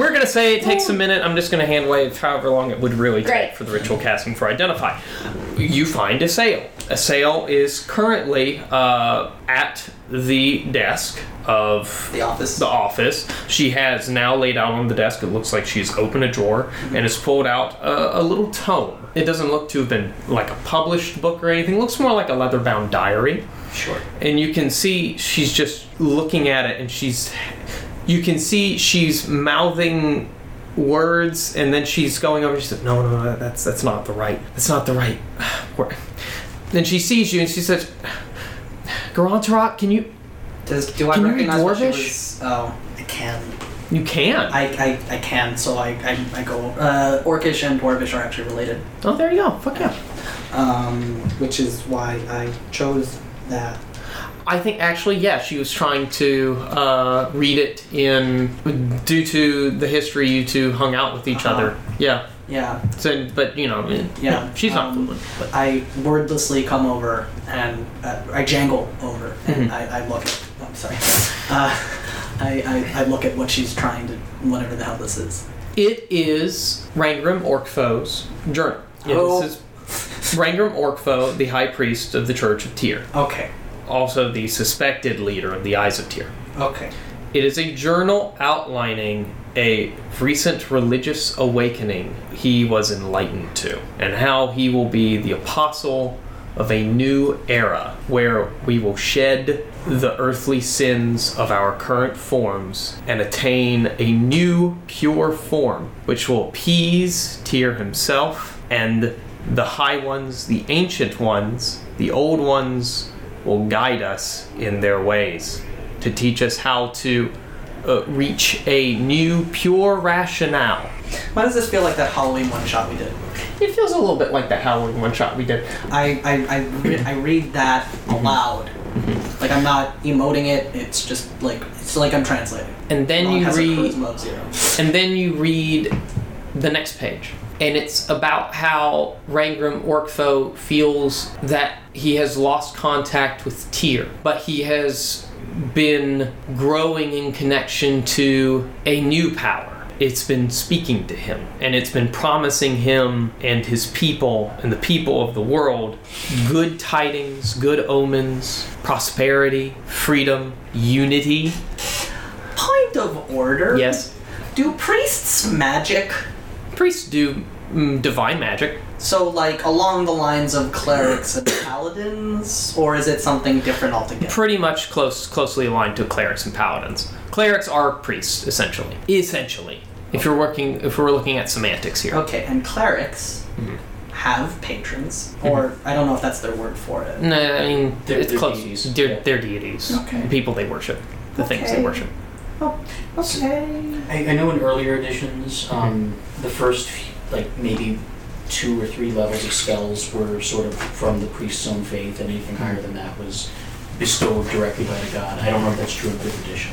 Speaker 2: We're gonna say it takes a minute. I'm just gonna hand wave however long it would really take
Speaker 10: Great.
Speaker 2: for the ritual casting for identify. You find a sale. A sale is currently uh, at the desk of
Speaker 8: The office.
Speaker 2: The office. She has now laid out on the desk. It looks like she's opened a drawer and has pulled out a, a little tome. It doesn't look to have been like a published book or anything. It looks more like a leather-bound diary
Speaker 3: Sure.
Speaker 2: and you can see she's just looking at it and she's you can see she's mouthing words and then she's going over she said no no no that's that's not the right that's not the right word then she sees you and she says Garantarok, can you
Speaker 8: Does do I
Speaker 2: Can you read
Speaker 8: recognize what she
Speaker 2: Dwarvish?
Speaker 8: was? Oh, I can.
Speaker 2: you can
Speaker 8: I, I, I can. So I I, I go. Uh, Orcish and Dwarvish are actually related,
Speaker 2: oh there you go fuck yeah
Speaker 8: um, which is why I chose that.
Speaker 2: I think actually, yeah, she was trying to uh, read it in due to the history you two hung out with each
Speaker 8: Uh-huh.
Speaker 2: other. Yeah.
Speaker 8: Yeah.
Speaker 2: So, but you know, eh,
Speaker 8: Yeah,
Speaker 2: no, she's not
Speaker 8: um,
Speaker 2: fluent. But
Speaker 8: I wordlessly come over and uh, I jangle over
Speaker 2: Mm-hmm.
Speaker 8: and I, I look at. I'm sorry. Uh, I, I, I look at what she's trying to, whatever the hell this is.
Speaker 2: It is Rangram Orkfo's journal. Yeah,
Speaker 8: Oh.
Speaker 2: This is Rangram Orkfo, the high priest of the Church of Tyr,
Speaker 8: Okay.
Speaker 2: also the suspected leader of the Eyes of Tyr.
Speaker 8: Okay.
Speaker 2: It is a journal outlining a recent religious awakening he was enlightened to, and how he will be the apostle of a new era where we will shed the earthly sins of our current forms and attain a new pure form which will appease Tyr himself and the high ones, the ancient ones, the old ones will guide us in their ways to teach us how to uh, reach a new pure rationale.
Speaker 8: Why does this feel like that Halloween one shot we did?
Speaker 2: It feels a little bit like that Halloween one shot we did.
Speaker 8: I I, I, re- I read that
Speaker 2: Mm-hmm.
Speaker 8: aloud. Like I'm not emoting it. It's just like it's like I'm translating.
Speaker 2: And then
Speaker 8: Long
Speaker 2: you
Speaker 8: has a
Speaker 2: read
Speaker 8: charisma of zero.
Speaker 2: and then you read the next page. And it's about how Rangram Orkfo feels that he has lost contact with Tyr, but he has been growing in connection to a new power. It's been speaking to him, and it's been promising him and his people and the people of the world good tidings, good omens, prosperity, freedom, unity.
Speaker 8: Point of order.
Speaker 2: Yes,
Speaker 8: Do priests magic?
Speaker 2: priests do mm, divine magic.
Speaker 8: So like along the lines of clerics and paladins, or is it something different altogether?
Speaker 2: pretty much close closely aligned to clerics and paladins. Clerics are priests, essentially. Essentially, if you're working, if we're looking at semantics here.
Speaker 8: Okay, and clerics have patrons, or I don't know if that's their word for it.
Speaker 2: No, I mean
Speaker 3: They're-
Speaker 2: it's
Speaker 3: they're
Speaker 2: close.
Speaker 3: deities.
Speaker 2: They're,
Speaker 3: Yeah.
Speaker 2: they're deities.
Speaker 8: Okay.
Speaker 2: The people they worship. The things
Speaker 8: Okay.
Speaker 2: they worship.
Speaker 8: Okay.
Speaker 3: I, I know in earlier editions, um, the first f- like maybe two or three levels of spells were sort of from the priest's own faith, and anything higher than that was bestowed directly by the god. I don't know if that's true in fifth edition.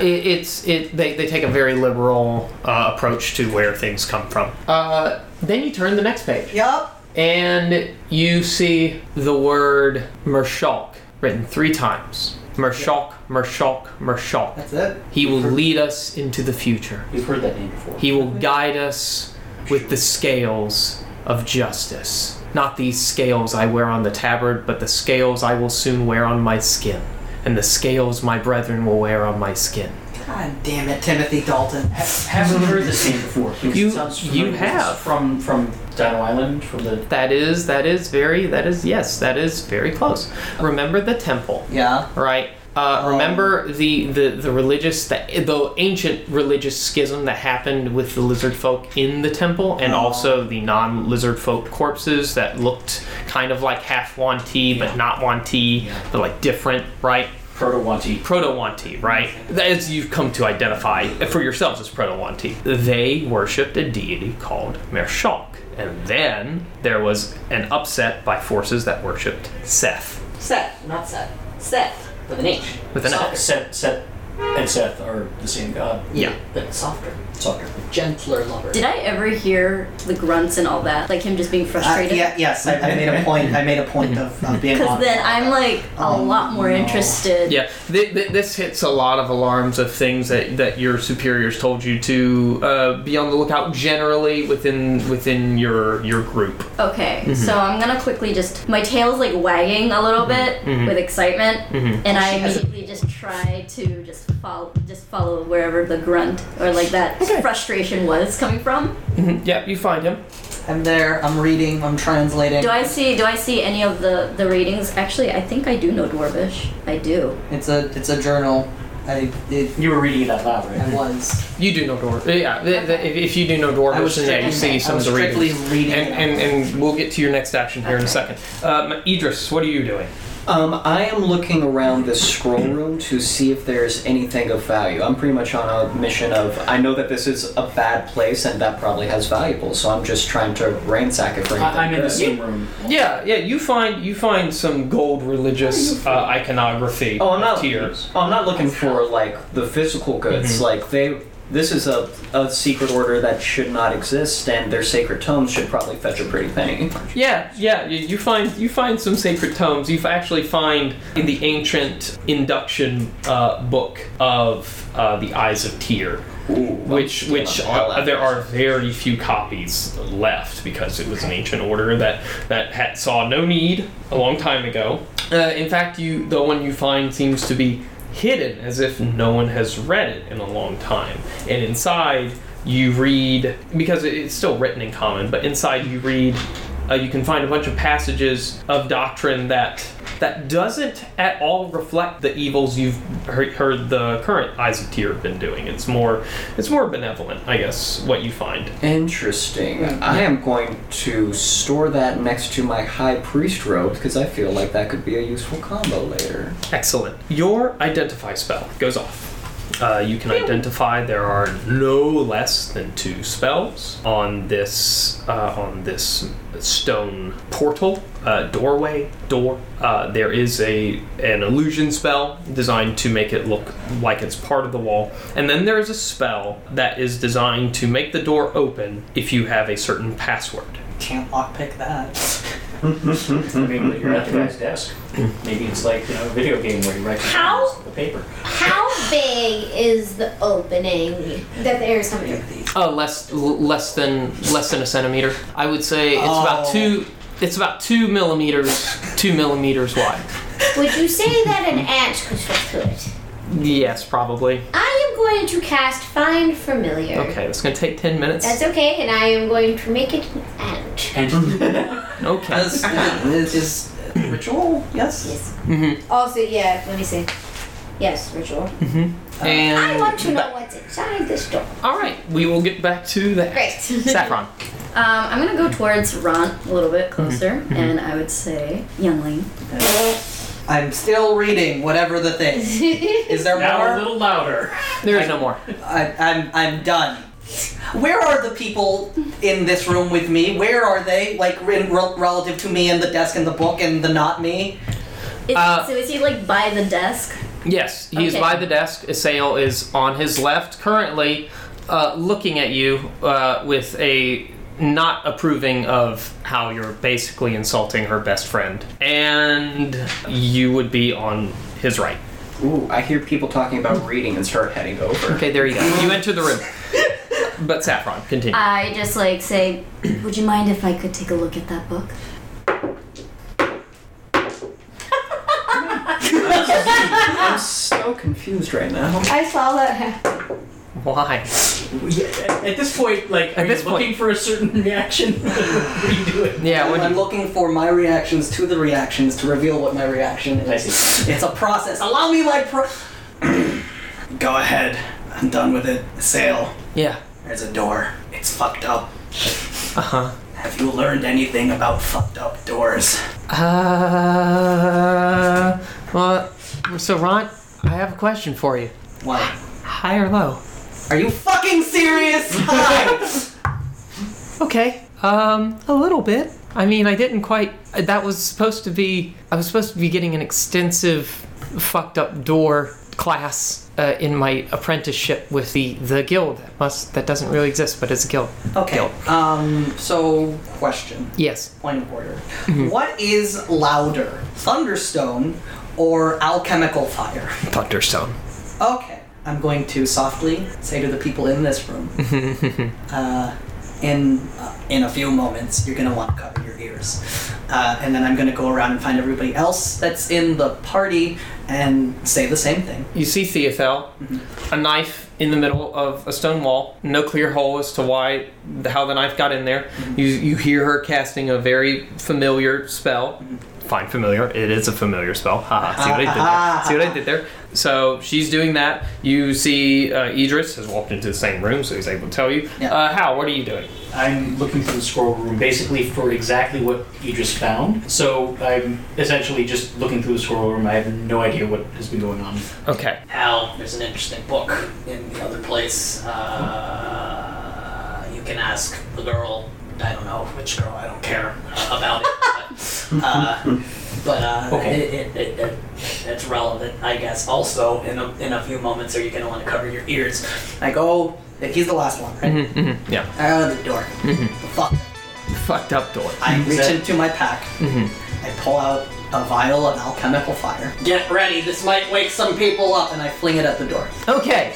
Speaker 2: It, it's it. They, they take a very liberal uh, approach to where things come from. Uh, then you turn the next page
Speaker 8: Yup.
Speaker 2: and you see the word Mershalk written three times. Mershalk, Mershalk, Mershalk.
Speaker 8: That's it.
Speaker 2: He will lead us into the future.
Speaker 3: We've heard that name before.
Speaker 2: He will guide us with the scales of justice. Not these scales I wear on the tabard, but the scales I will soon wear on my skin, and the scales my brethren will wear on my skin.
Speaker 8: God damn it, Timothy Dalton.
Speaker 3: Ha- haven't heard this name before. because it
Speaker 2: You-
Speaker 3: sounds
Speaker 2: you
Speaker 3: familiar. This is
Speaker 2: have.
Speaker 3: from from Dino Island from the
Speaker 2: That is, that is very, that is, yes, that is very close. Remember the temple,
Speaker 8: Yeah.
Speaker 2: right? Uh,
Speaker 8: Um,
Speaker 2: remember the, the, the religious, the, the ancient religious schism that happened with the lizard folk in the temple, and
Speaker 8: Oh.
Speaker 2: also the non lizard folk corpses that looked kind of like half Wanti, but not Wanti,
Speaker 3: Yeah.
Speaker 2: but like different, right?
Speaker 3: Protowanti.
Speaker 2: Proto Wanti, right? As you've come to identify for yourselves as Proto Wanti, they worshipped a deity called Mershalk. And then there was an upset by forces that worshipped Seth.
Speaker 4: Seth, not Seth. Seth, with an H.
Speaker 2: With an
Speaker 3: Set set and Seth are the same god.
Speaker 2: Yeah.
Speaker 4: But softer,
Speaker 3: Softer.
Speaker 4: gentler lover.
Speaker 10: Did I ever hear the grunts and all that? Like him just being frustrated?
Speaker 8: Uh, yeah, yes, I, I made a point. I made a point of, of being.
Speaker 10: Because
Speaker 8: honest.
Speaker 10: then I'm like a
Speaker 8: Oh,
Speaker 10: lot more
Speaker 8: no.
Speaker 10: interested.
Speaker 2: Yeah, th- th- this hits a lot of alarms of things that, that your superiors told you to uh, be on the lookout generally within within your your group.
Speaker 10: Okay,
Speaker 2: Mhm.
Speaker 10: so I'm gonna quickly just my tail's like wagging a little bit
Speaker 2: Mhm.
Speaker 10: with excitement,
Speaker 2: Mhm.
Speaker 10: and I
Speaker 8: She has a-
Speaker 10: immediately just try to just follow just follow wherever the grunt or like that frustration was coming from.
Speaker 2: Mhm. Yep, you find him.
Speaker 4: I'm there. I'm reading. I'm translating.
Speaker 10: Do I see do I see any of the the ratings? Actually, I think I do know dwarvish. I do.
Speaker 4: It's a it's a journal. I it,
Speaker 3: You were reading it out loud, right?
Speaker 4: I was.
Speaker 2: You do know dwarf. Yeah, th- th- if, if you do know
Speaker 4: I was
Speaker 2: dwarvish, then yeah, you
Speaker 4: strictly-
Speaker 2: see some
Speaker 4: I
Speaker 2: of
Speaker 4: was
Speaker 2: the
Speaker 4: strictly
Speaker 2: readings.
Speaker 4: reading.
Speaker 2: And, and and we'll get to your next action here in a second. Um, Idris, what are you doing?
Speaker 11: Um, I am looking around this scroll room to see if there's anything of value. I'm pretty much on a mission of I know that this is a bad place and that probably has valuables, so I'm just trying to ransack it for anything.
Speaker 3: I, am in the
Speaker 11: good.
Speaker 3: same room.
Speaker 2: Yeah, yeah, you find you find some gold religious uh, iconography
Speaker 11: Oh, I'm
Speaker 2: of
Speaker 11: not.
Speaker 2: tears.
Speaker 11: Oh, I'm not looking for like the physical goods.
Speaker 3: Mm-hmm.
Speaker 2: Mhm.
Speaker 11: Like they, this is a, a secret order that should not exist, and their sacred tomes should probably fetch a pretty penny.
Speaker 2: Yeah, yeah. You, you find you find some sacred tomes. You f- actually find in the ancient induction uh, book of uh, the Eyes of Tyr, which which are, there are very few copies left because it was an ancient order that that had, saw no need a long time ago. Uh, in fact, you the one you find seems to be hidden as if no one has read it in a long time, and inside. You read because it- it's still written in common, but inside you read uh, you can find a bunch of passages of doctrine that that doesn't at all reflect the evils you've heard, heard the current eyes of Tyr have been doing. It's more it's more benevolent, I guess, what you find.
Speaker 11: Interesting. I am going to store that next to my high priest robe because I feel like that could be a useful combo later.
Speaker 2: Excellent. Your identify spell goes off. Uh, you can identify there are no less than two spells on this uh, on this stone portal uh, doorway door. Uh, there is a an illusion spell designed to make it look like it's part of the wall, and then there is a spell that is designed to make the door open if you have a certain password.
Speaker 4: Can't lockpick that.
Speaker 3: I mean, you're at the guy's desk. Maybe it's like you know a video game where you recognize
Speaker 7: How?
Speaker 3: the paper.
Speaker 7: How big is the opening that there is coming?
Speaker 2: Uh, less l- less than less than a centimeter. I would say it's about
Speaker 4: Oh.
Speaker 2: two. It's about two millimeters. Two millimeters wide.
Speaker 7: Would you say that an ant could fit through it?
Speaker 2: Yes, probably.
Speaker 7: I am going to cast Find Familiar.
Speaker 2: Okay, that's gonna take ten minutes.
Speaker 7: That's okay, and I am going to make it an ant.
Speaker 2: Okay.
Speaker 4: As, is, is ritual? Yes.
Speaker 7: Yes.
Speaker 2: Mm-hmm.
Speaker 7: Oh,
Speaker 12: Also, yeah, let me see.
Speaker 7: Yes, ritual. I
Speaker 2: And
Speaker 7: want to know what's inside this door.
Speaker 2: all right, we will get back to that.
Speaker 7: Great.
Speaker 2: Saffron.
Speaker 10: Um, I'm gonna go towards Ron a little bit closer, and I would say Youngling.
Speaker 4: I'm still reading whatever the thing. Is there
Speaker 3: Now a
Speaker 4: more?
Speaker 3: little louder.
Speaker 2: There is no more.
Speaker 4: I, I'm I'm done. Where are the people in this room with me? Where are they? Like in, rel relative to me and the desk and the book and the not me.
Speaker 10: Is,
Speaker 2: Uh,
Speaker 10: so is he like by the desk?
Speaker 2: Yes, he is
Speaker 10: Okay.
Speaker 2: by the desk. Isael is on his left currently, uh, looking at you uh, with a not approving of how you're basically insulting her best friend. And you would be on his right.
Speaker 11: Ooh, I hear people talking about reading and start heading over.
Speaker 2: Okay, there you go. You enter the room. But Saffron, continue.
Speaker 10: I just like say, would you mind if I could take a look at that book?
Speaker 11: I'm so confused right now.
Speaker 12: I saw that happen.
Speaker 2: Why?
Speaker 3: Yeah, at- at this point, like, are you
Speaker 2: this
Speaker 3: looking
Speaker 2: point-
Speaker 3: for a certain reaction? what are you doing?
Speaker 2: Yeah,
Speaker 4: I'm
Speaker 2: when you,
Speaker 4: looking for my reactions to the reactions to reveal what my reaction is.
Speaker 3: I see.
Speaker 4: It's a process. Allow me my pro.
Speaker 8: Go ahead. I'm done with it. Sail.
Speaker 2: yeah.
Speaker 8: There's a door. It's fucked up.
Speaker 2: Uh huh.
Speaker 8: Have you learned anything about fucked up doors?
Speaker 2: Uh. Well, so Ron, I have a question for you.
Speaker 4: What?
Speaker 2: High or low?
Speaker 4: Are you fucking serious? Hi.
Speaker 2: Okay. Um, a little bit. I mean, I didn't quite. That was supposed to be. I was supposed to be getting an extensive fucked up door
Speaker 11: class uh, in my apprenticeship with the, the guild. That must that doesn't really exist, but it's a guild.
Speaker 8: Okay.
Speaker 11: Guild.
Speaker 8: Um. So, question.
Speaker 11: Yes.
Speaker 8: Point of order. What is louder, thunderstone or alchemical fire?
Speaker 11: Thunderstone.
Speaker 8: Okay. I'm going to softly say to the people in this room, uh, in uh, in a few moments, you're gonna want to cover your ears, uh, and then I'm gonna go around and find everybody else that's in the party and say the same thing.
Speaker 11: You see Theophil,
Speaker 2: Mm-hmm.
Speaker 11: a knife in the middle of a stone wall. No clear hole as to why, how the knife got in there.
Speaker 2: Mm-hmm.
Speaker 11: You you hear her casting a very familiar spell. Fine, familiar. It is a familiar spell. Ha! ha, See what I did
Speaker 3: Ah,
Speaker 11: there. See what
Speaker 2: Uh-huh.
Speaker 11: I did there. So she's doing that. You see, uh, Idris has walked into the same room, so he's able to tell you.
Speaker 8: Yeah.
Speaker 11: Uh, Hal, what are you doing?
Speaker 3: I'm looking through the scroll room basically for exactly what Idris found. So I'm essentially just looking through the scroll room. I have no idea what has been going on.
Speaker 11: Okay.
Speaker 3: Hal, there's an interesting book in the other place. Uh, you can ask the girl. I don't know which girl. I don't care uh, about it. But, uh, but uh,
Speaker 8: Okay.
Speaker 3: it, it, it, it, it's relevant, I guess. Also, in a, in a few moments, are you going to want to cover your ears? oh,
Speaker 8: I go. He's the last one, right?
Speaker 11: Mhm, mhm, yeah. Mm-hmm.
Speaker 8: I go to the door. Fuck.
Speaker 11: Fucked up door. Mm-hmm.
Speaker 8: I reach
Speaker 3: Is that-
Speaker 8: into my pack.
Speaker 11: Mhm.
Speaker 8: I pull out a vial of alchemical fire. Get ready. This might wake some people up, and I fling it at the door.
Speaker 11: Okay.